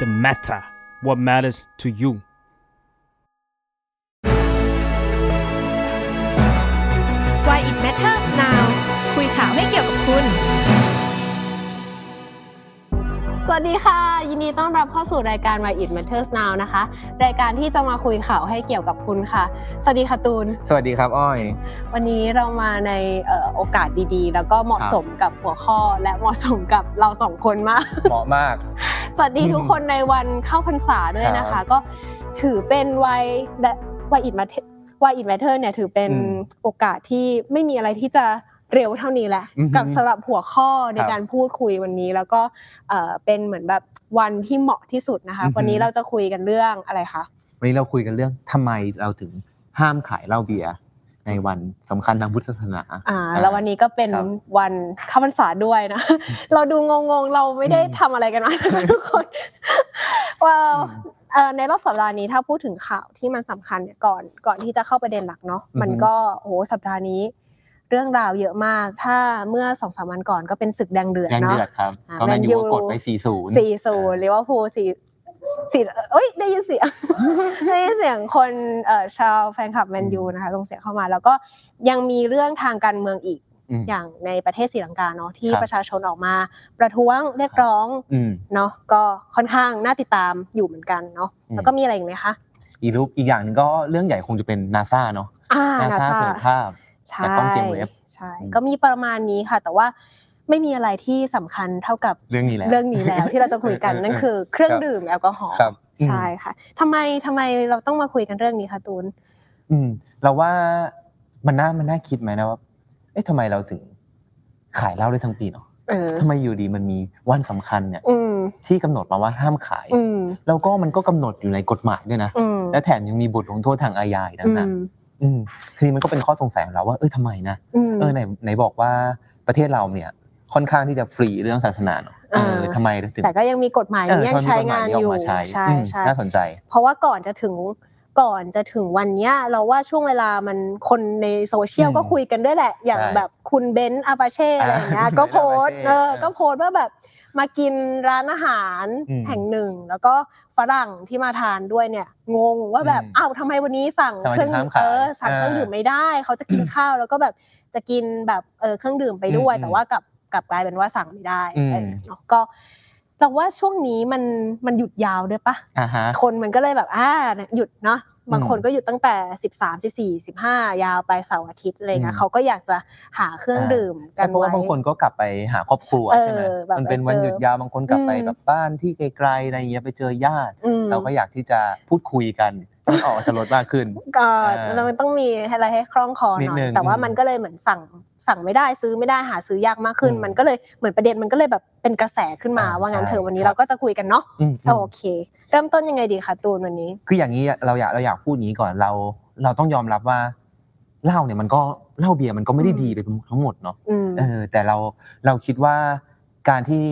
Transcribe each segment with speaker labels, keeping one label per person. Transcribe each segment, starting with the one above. Speaker 1: the matter what matters to you
Speaker 2: ว h y It Matters Now คุยข่าวให้เกี่ยวกับคุณ
Speaker 3: สวัสดีค่ะ ยินดีต้อนรับเข้าสู่รายการ Why It Matters Now นะคะ รายการที่จะมาคุยข่าวให้เกี่ยวกับคุณค่ะ สวัสดีค่ะตูน
Speaker 4: สวัสดีครับอ้อย
Speaker 3: วันนี้เรามาในเอ่อโอกาสดีๆ แล้วก็เหมาะ
Speaker 4: ครับ
Speaker 3: สมกับหัวข้อและเหมาะสมกับเราสองคนมาก
Speaker 4: เหมาะมาก
Speaker 3: สวัสดีทุกคนในวันเข้าพรรษาด้วยนะ
Speaker 4: ค
Speaker 3: คะ
Speaker 4: รับ
Speaker 3: ก็ถือเป็นวัยและวัยอิดมาวัยอิดแมทเทอร์เนี่ยถือเป็น
Speaker 4: อืม
Speaker 3: โอกาสที่ไม่มีอะไรที่จะเร็วเท่านี้แหละ
Speaker 4: อือฮึ
Speaker 3: กับสำหรับหัวข้อใน
Speaker 4: ครับ
Speaker 3: การพูดคุยวันนี้ แล้วก็เอ่อเป็นเหมือนแบบวันที่เหมาะที่สุดนะคะ
Speaker 4: อือฮึ
Speaker 3: วันนี้เราจะคุยกันเรื่องอะไรคะ
Speaker 4: วันนี้เราคุยกันเรื่องทำไมเราถึงห้ามขายเหล้าเบียร์ในวันสำคัญทางพุทธศาสนา
Speaker 3: อ่าแล้ววันนี้ก็เป็น
Speaker 4: ครับ
Speaker 3: วันเข้าพรรษาด้วยนะ เราดูงงๆเราไม่ได้
Speaker 4: อืม
Speaker 3: ทำอะไรกันมานะคะทุกคน ว่า
Speaker 4: อืม
Speaker 3: เอ่อในรอบสัปดาห์นี้ถ้าพูดถึงข่าวที่มันสำคัญเนี่ยก่อนก่อนที่จะเข้าประเด็นหลักเนาะ
Speaker 4: อือฮึ
Speaker 3: มันก็โอ้โหสัปดาห์นี้ เรื่องราวเยอะมาก ถ้าเมื่อสองสามวันก่อนก็เป็นศึกแดงเดือด
Speaker 4: แรง
Speaker 3: เนาะ
Speaker 4: เดือดครับ
Speaker 3: อ่า
Speaker 4: ก็แมน
Speaker 3: แมนยู
Speaker 4: ยูกดไป 4-0
Speaker 3: สี่ศูนย์ลิเวอร์พูลสี่สี่เอ้ยได้ยินเสี ยง ได้ยินเสียงคนเอ่อชาวแฟนคลับแมนยูนะคะส่งเสียงเข้ามา แล้วก็ยังมีเรื่องทางการเมืองอีก
Speaker 4: อืม
Speaker 3: อย่างในประเทศศรีลังกาเนาะที่
Speaker 4: ครับ
Speaker 3: ประชาชนออกมา ประท้วงเรียกร้อง
Speaker 4: อืม
Speaker 3: เนาะก็ค่อนข้างน่าติดตามอยู่เหมือนกันเนาะ
Speaker 4: อืม
Speaker 3: แล้วก็มีอะไรอีกไหมคะ
Speaker 4: อีกรูปอีกอย่างหนึงก็เรื่องใหญ่คงจะเป็นนาซาเนาะ
Speaker 3: อ่า
Speaker 4: นา
Speaker 3: นา
Speaker 4: ซา
Speaker 3: ซา
Speaker 4: เผยภาพ
Speaker 3: ใช่
Speaker 4: จากกล้อง JWave
Speaker 3: ใช่
Speaker 4: อืม
Speaker 3: ก็มีประมาณนี้ค่ะ แต่ว่าไม่มีอะไรที่สำคัญเท่ากับ
Speaker 4: เรื่องนี้แหละ
Speaker 3: เรื่องนี้แล้ว ที่เราจะคุย กัน
Speaker 4: เออ
Speaker 3: นั่นคือเครื่อง
Speaker 4: ครับ
Speaker 3: ดื่มแอลกอฮอล์
Speaker 4: ครับอืม
Speaker 3: ใช่ค่ะทำไมทำไมเราต้องมาคุยกันเรื่องนี้คะตูน
Speaker 4: อืม เราว่ามันน่ามันน่าคิดไหมนะว่าเอ๊ะทำไมเราถึงขายเหล้าได้ทั้งปีเนาะ
Speaker 3: เออ
Speaker 4: ทำไมอยู่ดีมันมีวันสำคัญเนี่ย
Speaker 3: อืม
Speaker 4: ที่กำหนดมาว่าห้ามขาย
Speaker 3: อืม
Speaker 4: แล้วก็มันก็กำหนดอยู่ในกฎหมายด้วยนะ
Speaker 3: อืม
Speaker 4: และแถมยังมีบทลงโทษทางอาญาอีกต่าง
Speaker 3: อื
Speaker 4: หาก
Speaker 3: ม
Speaker 4: อืมทีนี้มันก็เป็นข้อสงสัยของเราว่าเออทำไมนะ
Speaker 3: อืม
Speaker 4: เออไหนไหนบอกว่าประเทศเราเนี่ย ค่อนข้างที่จะฟรีเรื่องศาสนาเนอะเออ
Speaker 3: เออ
Speaker 4: ทำไมถึง
Speaker 3: แต่ก็ยังมีกฎหมาย
Speaker 4: เออ
Speaker 3: นี้ยังใช้งาน
Speaker 4: ทำไม
Speaker 3: อยู่
Speaker 4: มีกฎหมที่กมาใช้
Speaker 3: ใช่
Speaker 4: อืม
Speaker 3: ใช่
Speaker 4: น่าสนใจ
Speaker 3: เพราะว่าก่อนจะถึงก่อนจะถึงวันเนี้ยเราว่าช่วงเวลามันคนในโซเชียล
Speaker 4: อืม
Speaker 3: ก็คุยกันด้วยแหละ อย่าง
Speaker 4: ใช่
Speaker 3: แบบคุณเบนซ์อาปาเช่อะไรอย่างเงี้ย
Speaker 4: อ่า
Speaker 3: ก็โพสต์
Speaker 4: Apache
Speaker 3: เออ
Speaker 4: เออ
Speaker 3: ก็โพสต์ว่าแบบมากินร้านอาหาร
Speaker 4: อืม
Speaker 3: แห่งหนึ่ง แล้วก็ฝรั่งที่มาทานด้วยเนี่ยงงว่าแบบ
Speaker 4: อืม
Speaker 3: อ้าวทำไมวันนี้สั่ง
Speaker 4: ทำไม
Speaker 3: เครื่อง
Speaker 4: ถึงห้ามขาย
Speaker 3: เออสั่งเครื่อง
Speaker 4: อ่า
Speaker 3: ดื่มไม่ได้ เขาจะกินข้าวแล้วก็แบบจะกินแบบเออเครื่องดื่มไปด้วย
Speaker 4: อืม
Speaker 3: แต่ว่ากลับกลับกลายเป็นว่าสั่งไม่ได้
Speaker 4: อืม
Speaker 3: เออเนาะก็เราว่าช่วงนี้มันมันหยุดยาวด้วยปะ
Speaker 4: อ่าฮะ
Speaker 3: คนมันก็เลยแบบอ่าหยุดเนาะบางคน
Speaker 4: อืม
Speaker 3: ก็หยุดตั้งแต่ 13 14 15 ยาวไปเสาร์อาทิตย์อะไรเงี้ย
Speaker 4: อืม
Speaker 3: เขาก็อยากจะหาเครื่องดื่มกัน
Speaker 4: เพราะ
Speaker 3: ไว้
Speaker 4: ว่าบางคนก็กลับไปหาครอบครัว
Speaker 3: เออ
Speaker 4: ใช่ไหม
Speaker 3: แบบ
Speaker 4: มันเป็น
Speaker 3: ไปเจอ
Speaker 4: วันหยุดยาวบางคนกลับไป
Speaker 3: อืม
Speaker 4: แบบบ้านที่ไกลๆอะไรอย่างเงี้ยไปเจอญาติ
Speaker 3: อืม
Speaker 4: เราก็อยากที่จะพูดคุยกันให้ออกอรรถรสมากขึ้น
Speaker 3: ก็
Speaker 4: อ่า
Speaker 3: เราต้องมีอะไรให้คล่องคอห
Speaker 4: นิด
Speaker 3: น่อ
Speaker 4: นึ
Speaker 3: ย
Speaker 4: ง
Speaker 3: แต่ว่า
Speaker 4: อืม
Speaker 3: มันก็เลยเหมือนสั่งสั่งไม่ได้ซื้อไม่ได้หาซื้อยากมากขึ้น
Speaker 4: อืม
Speaker 3: มันก็เลยเหมือนประเด็นมันก็เลยแบบเป็นกระแสขึ้นมา
Speaker 4: อ่า
Speaker 3: ว่างั้น
Speaker 4: ใช่
Speaker 3: เถอะวันนี้
Speaker 4: ครับ
Speaker 3: เราก็จะคุยกันเนาะ
Speaker 4: อืม
Speaker 3: โอเค เริ่มต้นยังไงดีคะตูนวันนี้
Speaker 4: คืออย่างนี้เราอยากเราอยากพูดอย่างนี้ก่อนเรา เราต้องยอมรับว่าเหล้าเนี่ยมันก็เหล้าเบียร์มันก็ไม่ได้
Speaker 3: อืม
Speaker 4: ดีไปทั้งหมดเนาะ
Speaker 3: อืม
Speaker 4: เออ แต่เราเราคิดว่าการที่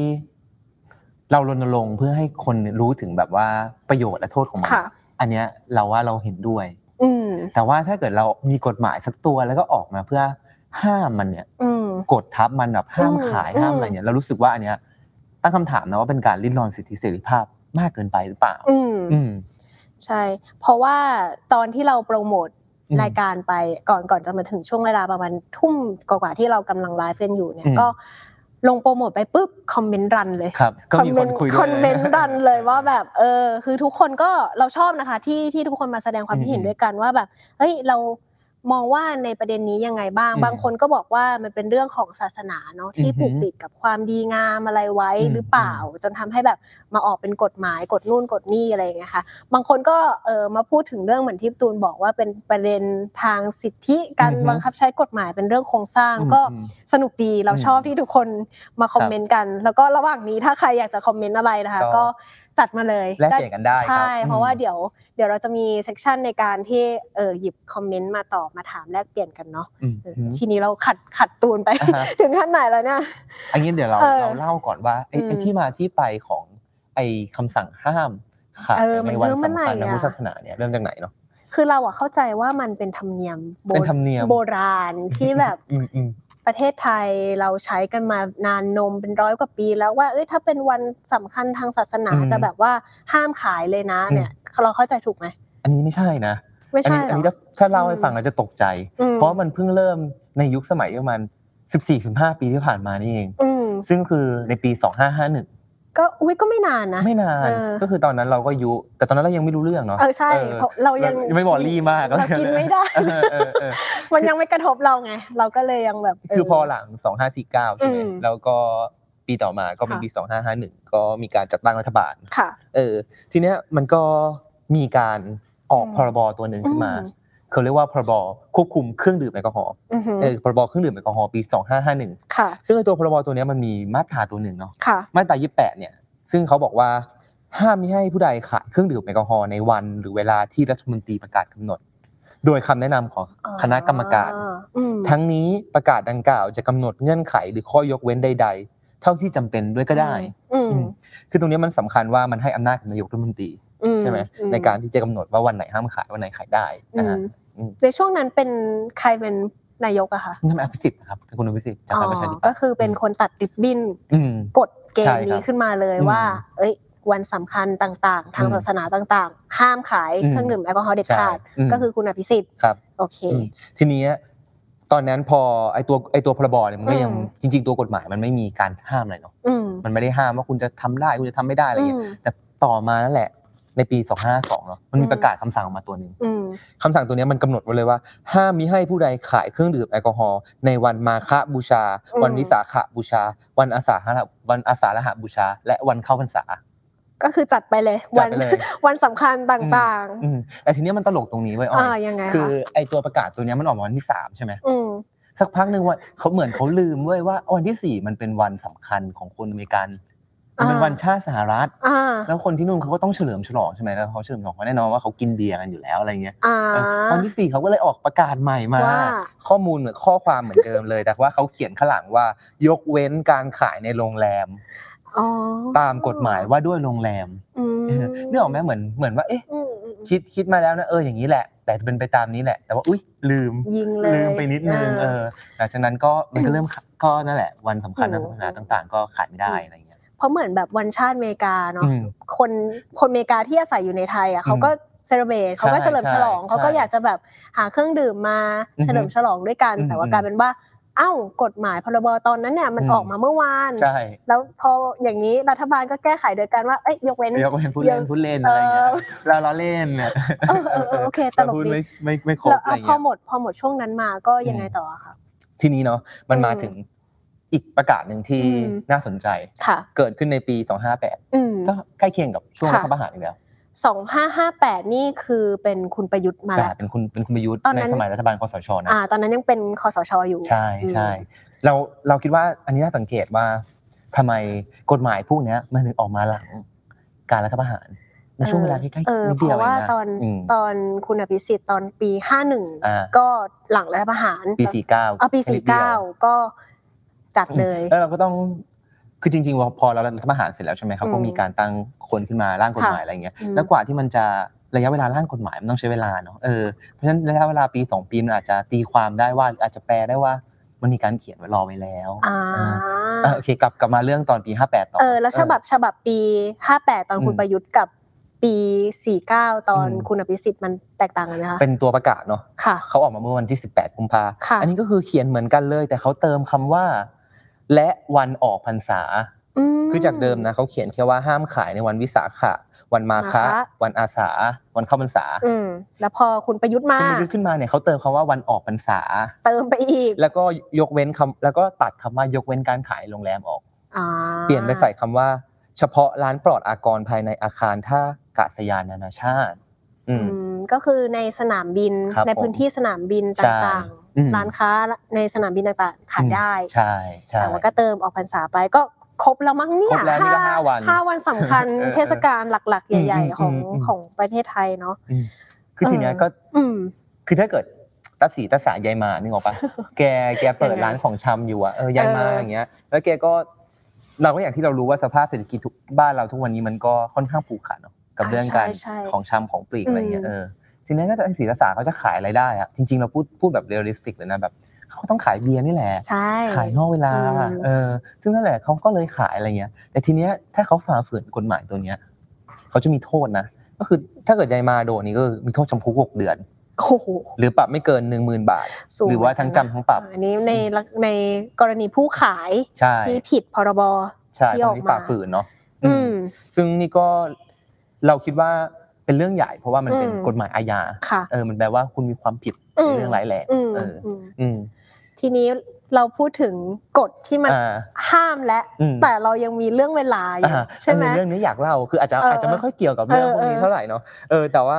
Speaker 4: เรารณรงค์เพื่อให้คนรู้ถึงแบบว่าประโยชน์และโทษของมัน
Speaker 3: ค่ะ
Speaker 4: อันเนี้ยเราว่าเราเห็นด้วย
Speaker 3: อืม
Speaker 4: แต่ว่าถ้าเกิดเรามีกฎหมายสักตัวแล้วก็ออกมาเพื่อห้ามมันเนี่ย
Speaker 3: อืม
Speaker 4: กดทับมันแบบห้ามขาย
Speaker 3: อืม
Speaker 4: ห้ามอะไรเนี่ยเรารู้สึกว่าอันเนี้ยตั้งคำถามนะว่าเป็นการลิดรอนสิทธิเสรีภาพมากเกินไปหรือเปล่า
Speaker 3: อืม
Speaker 4: อืม
Speaker 3: ใช่ เพราะว่าตอนที่เราโปรโมท
Speaker 4: อืม
Speaker 3: รายการไปก่อนก่อนจะมาถึงช่วงเวลาประมาณทุ่มกว่าๆที่เรากำลังไลฟ์กันอยู่เนี่
Speaker 4: อื
Speaker 3: ย
Speaker 4: ม
Speaker 3: ก็ลงโปรโมทไปปุ๊บคอมเมนต์รันเลย
Speaker 4: ครับ ก็มีคนคุยด้วย
Speaker 3: คอมเมนต์รันเลยว่าแบบเออคือทุกคนก็เราชอบนะคะ ที่ที่ทุกคนมาแสดงความคิดเห็นด้วยกันว่าแบบเฮ้ยเรามองว่าในประเด็นนี้ยังไงบ้าง
Speaker 4: อืม
Speaker 3: บางคนก็บอกว่ามันเป็นเรื่องของศาสนาเนาะที่
Speaker 4: อือหือ
Speaker 3: ผูกติดกับความดีงามอะไรไว้
Speaker 4: อืม
Speaker 3: หรือเปล่า จนทำให้แบบมาออกเป็นกฎหมายกฎนู่นกฎนี่อะไรอย่างเงี้ยค่ะ บางคนก็เออมาพูดถึงเรื่องเหมือนที่ตูนบอกว่าเป็นประเด็นทางสิทธิการ
Speaker 4: อือฮึ
Speaker 3: บังคับใช้กฎหมายเป็นเรื่องโครงสร้าง
Speaker 4: อืม
Speaker 3: ก็
Speaker 4: อืม
Speaker 3: สนุกดีเรา
Speaker 4: อืม
Speaker 3: ชอบที่ทุกคนมาคอมเมนต์กัน แล้วก็ระหว่างนี้ถ้าใครอยากจะคอมเมนต์อะไรนะคะ
Speaker 4: ก็
Speaker 3: ก็จัดมาเลย
Speaker 4: แลกเปลี่ยนกันได้ครับ
Speaker 3: ใช่ เพราะว่า
Speaker 4: อืม
Speaker 3: เดี๋ยวเดี๋ยวเราจะมีเซกชันในการที่เออหยิบคอมเมนต์มาตอบมาถามแลกเปลี่ยนกันเนาะ
Speaker 4: อืม
Speaker 3: เออ
Speaker 4: อื
Speaker 3: อ
Speaker 4: ม
Speaker 3: ทีนี้เราขัดขัดตูนไป
Speaker 4: อ่าฮะ
Speaker 3: ถึงขั้นไหนแล้วเนี่ย
Speaker 4: อันนี้เดี๋ยวเรา
Speaker 3: เออ
Speaker 4: เราเล่าก่อนว่าไอ้
Speaker 3: อืม
Speaker 4: ไอ้ที่มาที่ไปของไอ้คำสั่งห้ามขาย
Speaker 3: เออมัน
Speaker 4: ในวัน
Speaker 3: เริ่มเมื่อไหร่
Speaker 4: สำคัญทาง
Speaker 3: อะ
Speaker 4: พุทธศาสนาเนี่ยเริ่มจากไหนเนาะ
Speaker 3: คือเราอะเข้าใจว่ามันเป็นธรรมเนียมโบ
Speaker 4: เป็นธรรมเนียม
Speaker 3: โบราณที่แบบ
Speaker 4: อืมอืม
Speaker 3: ป ประเทศไทยเราใช้กันมานานนมเป็นร้อยกว่าปี แล้วว่าเอ้ยถ้าเป็นวันสำคัญทางศาสนา
Speaker 4: อืม
Speaker 3: จะแบบว่าห้ามขายเลยนะ
Speaker 4: อืม
Speaker 3: เนี่ยเราเข้าใจถูกไหม
Speaker 4: อันนี้ไม่ใช่นะ
Speaker 3: ไม่
Speaker 4: อั
Speaker 3: ใช่
Speaker 4: นี้
Speaker 3: เหร
Speaker 4: อั
Speaker 3: อ
Speaker 4: นนี้ถ้าถ้าเล่าให้ฟัง
Speaker 3: อืม
Speaker 4: อาจจะตกใจ
Speaker 3: อืม
Speaker 4: เพราะมันเพิ่งเริ่มในยุคสมัยประมาณ14-15 ปีที่ผ่านมานี่เอง
Speaker 3: อืม
Speaker 4: ซึ่งคือในปี 2551
Speaker 3: ก็อุ้ยก็ไม่นานนะ
Speaker 4: ไม่นาน
Speaker 3: เออ
Speaker 4: ก็คือตอนนั้นเราก็อายุ แต่ตอนนั้นเรายังไม่รู้เรื่องเนาะ
Speaker 3: เออใช่เพราะเรายัง
Speaker 4: ไม่บอรี่มาก
Speaker 3: เรากินไม่ได้
Speaker 4: เออเออเออ
Speaker 3: มันยังไม่กระทบเราไง เราก็เลยยังแบบเ
Speaker 4: คือพอหลัง 2549 ใช่ไหม
Speaker 3: อืม
Speaker 4: แล้วก็ปีต่อมาก็เป็น
Speaker 3: ค่ะ
Speaker 4: ปี 2551 ก็มีการจัดตั้งรัฐบาล
Speaker 3: ค่ะ
Speaker 4: เออ ทีเนี้ยมันก็มีการออก
Speaker 3: อืม
Speaker 4: พรบตัวหนึ่งขึ้นมา
Speaker 3: อืม
Speaker 4: เขาเรียกว่าพรบควบคุมเครื่องดื่มแอลกอฮอล์
Speaker 3: อือหือ
Speaker 4: เออพรบเครื่องดื่มแอลกอฮอล์ปี 2551
Speaker 3: ค่ะ
Speaker 4: ซึ่งไอ้ตัวพรบตัวเนี้ยมันมีมาตราตัวหนึ่งเนาะ
Speaker 3: ค่ะ
Speaker 4: มาตรา 28 เนี่ย ซึ่งเขาบอกว่า ห้ามไม่ให้ผู้ใดขายเครื่องดื่มแอลกอฮอล์ในวันหรือเวลาที่รัฐมนตรีประกาศกำหนด โดยคำแนะนำของคณะกรรมการ
Speaker 3: อืม
Speaker 4: ทั้งนี้ประกาศดังกล่าวจะกำหนดเงื่อนไขหรือข้อยกเว้นใด ๆ เท่าที่จำเป็นด้วยก็ได้
Speaker 3: อืม
Speaker 4: อืม คือตรงเนี้ยมันสำคัญว่ามันให้อำนาจกับนายกรัฐมนตรี
Speaker 3: อื
Speaker 4: ใช่ไหม
Speaker 3: อื
Speaker 4: ในการที่จะกำหนดว่าวันไหนห้ามขายวันไหนขายได้
Speaker 3: อื
Speaker 4: นะฮะ
Speaker 3: ม
Speaker 4: อืม
Speaker 3: ในช่วงนั้นเป็นใครเป็นนายกอะคะ
Speaker 4: นั่นอภิสิทธิ์ครับคุณอภิสิทธิ์จากพรรคประชาธิปั
Speaker 3: ก็
Speaker 4: ตย์
Speaker 3: คือเป็นคนตัดริบบิ้น
Speaker 4: อืม
Speaker 3: กฎเกณ
Speaker 4: ใช่
Speaker 3: ฑ์
Speaker 4: ครั
Speaker 3: นี้
Speaker 4: บ
Speaker 3: ขึ้นมาเลย
Speaker 4: อืม
Speaker 3: ว่า เอ้ย วันสำคัญต่างๆ ทาง
Speaker 4: อืม
Speaker 3: ศาสนาต่างๆ ห้ามขาย
Speaker 4: อืม
Speaker 3: เครื่องดื่มแอลกอฮอล์เด็ด
Speaker 4: ใช่
Speaker 3: ขาด
Speaker 4: อืม
Speaker 3: ก็คือคุณอภิสิทธิ์
Speaker 4: ครับ
Speaker 3: โอเค
Speaker 4: อืมทีเนี้ยตอนนั้นพอไอตัวไอตัวพรบเนี่ยมันก็ยัง
Speaker 3: อืม
Speaker 4: จริง ๆ ตัวกฎหมายมันไม่มีการห้ามอะไรเนาะ
Speaker 3: อืม
Speaker 4: มันไม่ได้ห้ามว่าคุณจะทำได้คุณจะทำไม่ได้อะไรเงี้ย
Speaker 3: อืม
Speaker 4: แต่ต่อมานั่นแหละ ในปี 2552เนาะมันมี
Speaker 3: อืม
Speaker 4: ประกาศคำสั่งออกมาตัวหนึ่ง
Speaker 3: อืม
Speaker 4: คำสั่งตัวเนี้ยมันกำหนดไว้เลยว่า ห้ามมิให้ผู้ใดขายเครื่องดื่มแอลกอฮอล์ในวันมาฆบูชา วันวิสาขบูชา วันอาสาฬหะวันอาสาฬหบูชา และวันเข้าพรรษา
Speaker 3: ก็คือจัดไปเลย
Speaker 4: จั
Speaker 3: วั
Speaker 4: ด
Speaker 3: น
Speaker 4: ไปเลย
Speaker 3: วันสำคัญต่าง
Speaker 4: อืมแต่ทีเนี้ยมันตลกตรงนี้ไว้ย
Speaker 3: ๆ
Speaker 4: อ้อ
Speaker 3: อ่าย ยังไง
Speaker 4: คื
Speaker 3: ค
Speaker 4: อ
Speaker 3: ะ
Speaker 4: ไอตัวประกาศตัวเนี้ยมันออกมาวันที่สามใช่ไหม
Speaker 3: อืม
Speaker 4: สักพักหนึ่งวันเขาเหมือนเขาลืมเว้ยว่าวันที่สี่มันเป็นวันสำคัญของคนอเมริกันมันเป็นวันชาติสหรัฐ
Speaker 3: อ่า
Speaker 4: แล้วคนที่นู่นเขาก็ต้องเฉลิมฉลองใช่ไหมแล้วเขาเฉลิมฉลองเขาแน่นอนว่าเขากินเบียร์กันอยู่แล้วอะไรเงี้ย
Speaker 3: อ่า
Speaker 4: เออวันที่สี่เขาก็เลยออกประกาศใหม่มา
Speaker 3: ว่า
Speaker 4: ข้อมูลเหมือนข้อความเหมือนเดิมเลย แต่ว่าเขาเขียนข้างหลังว่ายกเว้นการขายในโรงแรม
Speaker 3: อ๋อ
Speaker 4: ตามกฎหมายว่าด้วยโรงแรม
Speaker 3: อืม
Speaker 4: เนื่องออกไหมเหมือนเหมือนว่าเอ๊ะ
Speaker 3: อืมอืมอืม
Speaker 4: คิดคิดมาแล้วนะเอออย่างนี้แหละ แต่จะเป็นไปตามนี้แหละ แต่ว่าอุ้ยลืม
Speaker 3: ยิงเลย
Speaker 4: ลืมไปนิดนึงเออหลังจากนั้นก็มันก็เริ่มขะก็นั่นแหละ วันสำคัญทางศาสนาต่าง ๆ ก็ขายไม่ได้อะไรเงี้ย
Speaker 3: เพราะเหมือนแบบวันชาติอเมริกาเนาะ
Speaker 4: อืม
Speaker 3: คนคนอเมริกาที่อาศัยอยู่ในไทยอ่ะเขาก็เซเลเบตเขาก็
Speaker 4: ใช่
Speaker 3: เฉลิมฉลอง
Speaker 4: ใช่
Speaker 3: เขาก็อยากจะแบบหาเครื่องดื่มมา
Speaker 4: อือฮึ
Speaker 3: เฉลิมฉลองด้วยกัน
Speaker 4: อืม
Speaker 3: แต่ว่ากลายเป็นว่าเอ้ากฎหมายพรบตอนนั้นเนี่ยมัน
Speaker 4: อืม
Speaker 3: ออกมาเมื่อวาน
Speaker 4: ใช่
Speaker 3: แล้วพออย่างนี้รัฐบาลก็แก้ไขโดยการว่าเอ้ยยกเว้น
Speaker 4: ยกเว้นผู้
Speaker 3: เดี๋
Speaker 4: เล่น
Speaker 3: ยว
Speaker 4: ผู้เล่นอะไรเงี้ย
Speaker 3: เออ
Speaker 4: เราเราเล่นเนี่ย
Speaker 3: เออเออเออโอเคตล
Speaker 4: เรา
Speaker 3: ก
Speaker 4: พูด
Speaker 3: ดี
Speaker 4: ไม่ไม่ไม่ครบ
Speaker 3: แล้ว
Speaker 4: อะไร
Speaker 3: เอาพอ
Speaker 4: เงี้ย
Speaker 3: หมดพอหมดช่วงนั้นมาก็ยังไง
Speaker 4: อืม
Speaker 3: ต่ออะคะ
Speaker 4: ทีนี้เนาะมันมา
Speaker 3: อืม
Speaker 4: ถึงอีกประกาศหนึ่งที่
Speaker 3: อืม
Speaker 4: น่าสนใจ
Speaker 3: ค่ะ
Speaker 4: เกิดขึ้นในปี
Speaker 3: อืม
Speaker 4: 258 ก็ใกล้เคียงกับช่วง
Speaker 3: ค่ะ
Speaker 4: รัฐประหารอีกแล้ว
Speaker 3: สองห้าห้าแปดนี่คือเป็นคุณประยุทธ์มา
Speaker 4: ประ
Speaker 3: แล้
Speaker 4: หาว รเป็นคุณเป็นคุณประยุทธ์
Speaker 3: ตอนนั้
Speaker 4: ใน
Speaker 3: น
Speaker 4: สมัยรัฐบาลคอสชนะ
Speaker 3: อ่า ตอนนั้นยังเป็นคอสชอยู่
Speaker 4: ใช่ใช่เราเราคิดว่าอันนี้น่าสังเกตว่าทำไมกฎหมายพวกเนี้ยมันถึงออกมาหลังการรัฐประหารในช่วงเวลาที่ใกล้
Speaker 3: เออ
Speaker 4: นิด
Speaker 3: เพ
Speaker 4: เดียว
Speaker 3: ราะ
Speaker 4: เอง
Speaker 3: ว่า
Speaker 4: นะ
Speaker 3: ตอน
Speaker 4: ม
Speaker 3: ตอนคุณอภิสิทธิ์ตอนปีห้าหนึ่ง
Speaker 4: อ่า
Speaker 3: ก็หลังรัฐประหาร
Speaker 4: ปีสี่เก้า
Speaker 3: เอาปีสี่เก้าก็จัดเลย
Speaker 4: แล้วเราก็ต้องคือจริงๆว่าพอเรารัฐประหารเสร็จแล้วใช่ไหมครับ
Speaker 3: อืม
Speaker 4: ก็มีการตั้งคนขึ้นมาร่างกฎหมาย
Speaker 3: ค่ะ
Speaker 4: อะไรเงี้ย
Speaker 3: อืม
Speaker 4: แล้วกว่าที่มันจะระยะเวลาร่างกฎหมายมันต้องใช้เวลาเนาะเออเพราะฉะนั้นระยะเวลาปีสองปีมันอาจจะตีความได้ว่าหรืออาจจะแปลได้ว่ามันมีการเขียนไว้รอไว้แล้ว
Speaker 3: อ่า
Speaker 4: อ่ะโอเคกลับกลับมาเรื่องตอนปีห้าแปดต่อ
Speaker 3: เออแล้วฉบับฉบับปีห้าแปดตอนคุณ
Speaker 4: อืม
Speaker 3: ประยุทธ์กับปีสี่เก้าตอน
Speaker 4: อืม
Speaker 3: คุณอภิสิทธิ์มันแตกต่างกันไหมคะ
Speaker 4: เป็นตัวประกาศเนาะ
Speaker 3: ค่ะ
Speaker 4: เขาออกมาเมื่อวันที่ 18กุมภา
Speaker 3: ค่ะ
Speaker 4: อันี้ก็คือเขียนเหมือนกันเลย แต่เขาเติมคำว่า และวันออกพรรษา
Speaker 3: ม
Speaker 4: คือจากเดิมนะเขาเขียนแค่ว่าห้ามขายในวันวิสาขะวันมาฆะ
Speaker 3: มาฆะ
Speaker 4: วันอาสา วันเข้าพรรษา
Speaker 3: อืมแล้วพอคุณประยุทธ์มา
Speaker 4: คุณประยุทธ์ขึ้นมาเนี่ยเขาเติมคำว่าวันออกพรรษา
Speaker 3: เติมไปอีก
Speaker 4: แล้วก็ยกเว้นคำแล้วก็ตัดคำว่ายกเว้นการขายโรงแรมออก
Speaker 3: อ่า
Speaker 4: เปลี่ยนไปใส่คำว่า เฉพาะร้านปลอดอากรภายในอาคารท่ากาศยานนานาชาติ อืม
Speaker 3: อืมก็คือในสนามบิน
Speaker 4: ครับ
Speaker 3: ในพื้นที่สนามบิน
Speaker 4: ใช่
Speaker 3: ต่าง
Speaker 4: อืม
Speaker 3: ๆ ร้านค้าในสนามบินต่างๆขายได้
Speaker 4: ใช่ใช่
Speaker 3: แต่ว่าก็เติมออกพรรษาไปก็ครบแล้วมั้งเนี่
Speaker 4: คร
Speaker 3: ย
Speaker 4: บแล้วนี่ก็ห้าวัน
Speaker 3: ห้าวันสำคัญ
Speaker 4: เออเออ
Speaker 3: เทศกาลหลักๆ ใหญ่ๆ ข
Speaker 4: อืม
Speaker 3: อง
Speaker 4: อืมอืม
Speaker 3: ของประเทศไทยเนาะ
Speaker 4: อืมคือทีเนี้ย
Speaker 3: เออ
Speaker 4: ก็
Speaker 3: อืม
Speaker 4: คือถ้าเกิดตาสีตาสายายมานึกออก ปะ แกแกเปิด
Speaker 3: ยังไง
Speaker 4: ร้านของชำอยู่อะเออยายมา
Speaker 3: เออ
Speaker 4: อ
Speaker 3: อ
Speaker 4: ย่างเงี้ย แล้วแกก็เราก็อย่างที่เรารู้ว่าสภาพเศรษฐกิจทุกบ้านเราทุกวันนี้มันก็ค่อนข้างผูกขาดเนอะกับเรื่องการ
Speaker 3: ใช่
Speaker 4: ของชำของปลีกอะไรเงี้ย
Speaker 3: อืม
Speaker 4: เออทีนี้ก็จะศิลศาสตร์เขาจะขายอะไรได้อะจริงๆเราพูดพูดแบบเรียลลิสติกเลยนะแบบ เขาก็ต้องขายเบียร์นี่แหละ
Speaker 3: ใช่
Speaker 4: ขายนอกเวลา
Speaker 3: อืม
Speaker 4: เออ ซึ่งนั่นแหละเขาก็เลยขายอะไรเงี้ย แต่ทีเนี้ยถ้าเขาฝ่าฝืนกฎหมายตัวเนี้ยเขาจะมีโทษนะ ก็คือถ้าเกิดยายมาโดนนี่ก็มีโทษจำคุกหกเดือน
Speaker 3: โอ้โห
Speaker 4: หรือปรับไม่เกินหนึ่งหมื่นบาท
Speaker 3: สูง
Speaker 4: หรือว่าทั้งจำทั้งปรับ
Speaker 3: อันนี้ในละในกรณีผู้ขาย
Speaker 4: ใช่
Speaker 3: ที่ผิดพรบ
Speaker 4: ใช่
Speaker 3: ที่
Speaker 4: ต
Speaker 3: อ
Speaker 4: ร
Speaker 3: อก
Speaker 4: งนี้
Speaker 3: มา
Speaker 4: ฝ่าฝืนเนาะอื
Speaker 3: อื
Speaker 4: ม
Speaker 3: ม
Speaker 4: ซึ่งนี่ก็เราคิดว่าเป็นเรื่องใหญ่ เพราะว่ามันเป็น
Speaker 3: อืม
Speaker 4: กฎหมายอาญา
Speaker 3: ค่ะ
Speaker 4: เออ มันแปลว่าคุณมีความผิด
Speaker 3: อืม
Speaker 4: ในเรื่องร้ายแรง
Speaker 3: อืม
Speaker 4: เออ
Speaker 3: อืม
Speaker 4: อืม
Speaker 3: ทีนี้เราพูดถึงกฎที่มัน
Speaker 4: อ่า
Speaker 3: ห้ามและ
Speaker 4: อืม
Speaker 3: แต่เรายังมีเรื่องเวลาอยู่
Speaker 4: อ่า
Speaker 3: ใช่ไหม
Speaker 4: เออเรื่องนี้อยากเล่าคืออาจจะ
Speaker 3: เออ
Speaker 4: อาจจะไม่ค่อยเกี่ยวกับเรื่อง
Speaker 3: เออ
Speaker 4: พวกนี้
Speaker 3: เออ
Speaker 4: เท่าไหร่เนาะเออแต่ว่า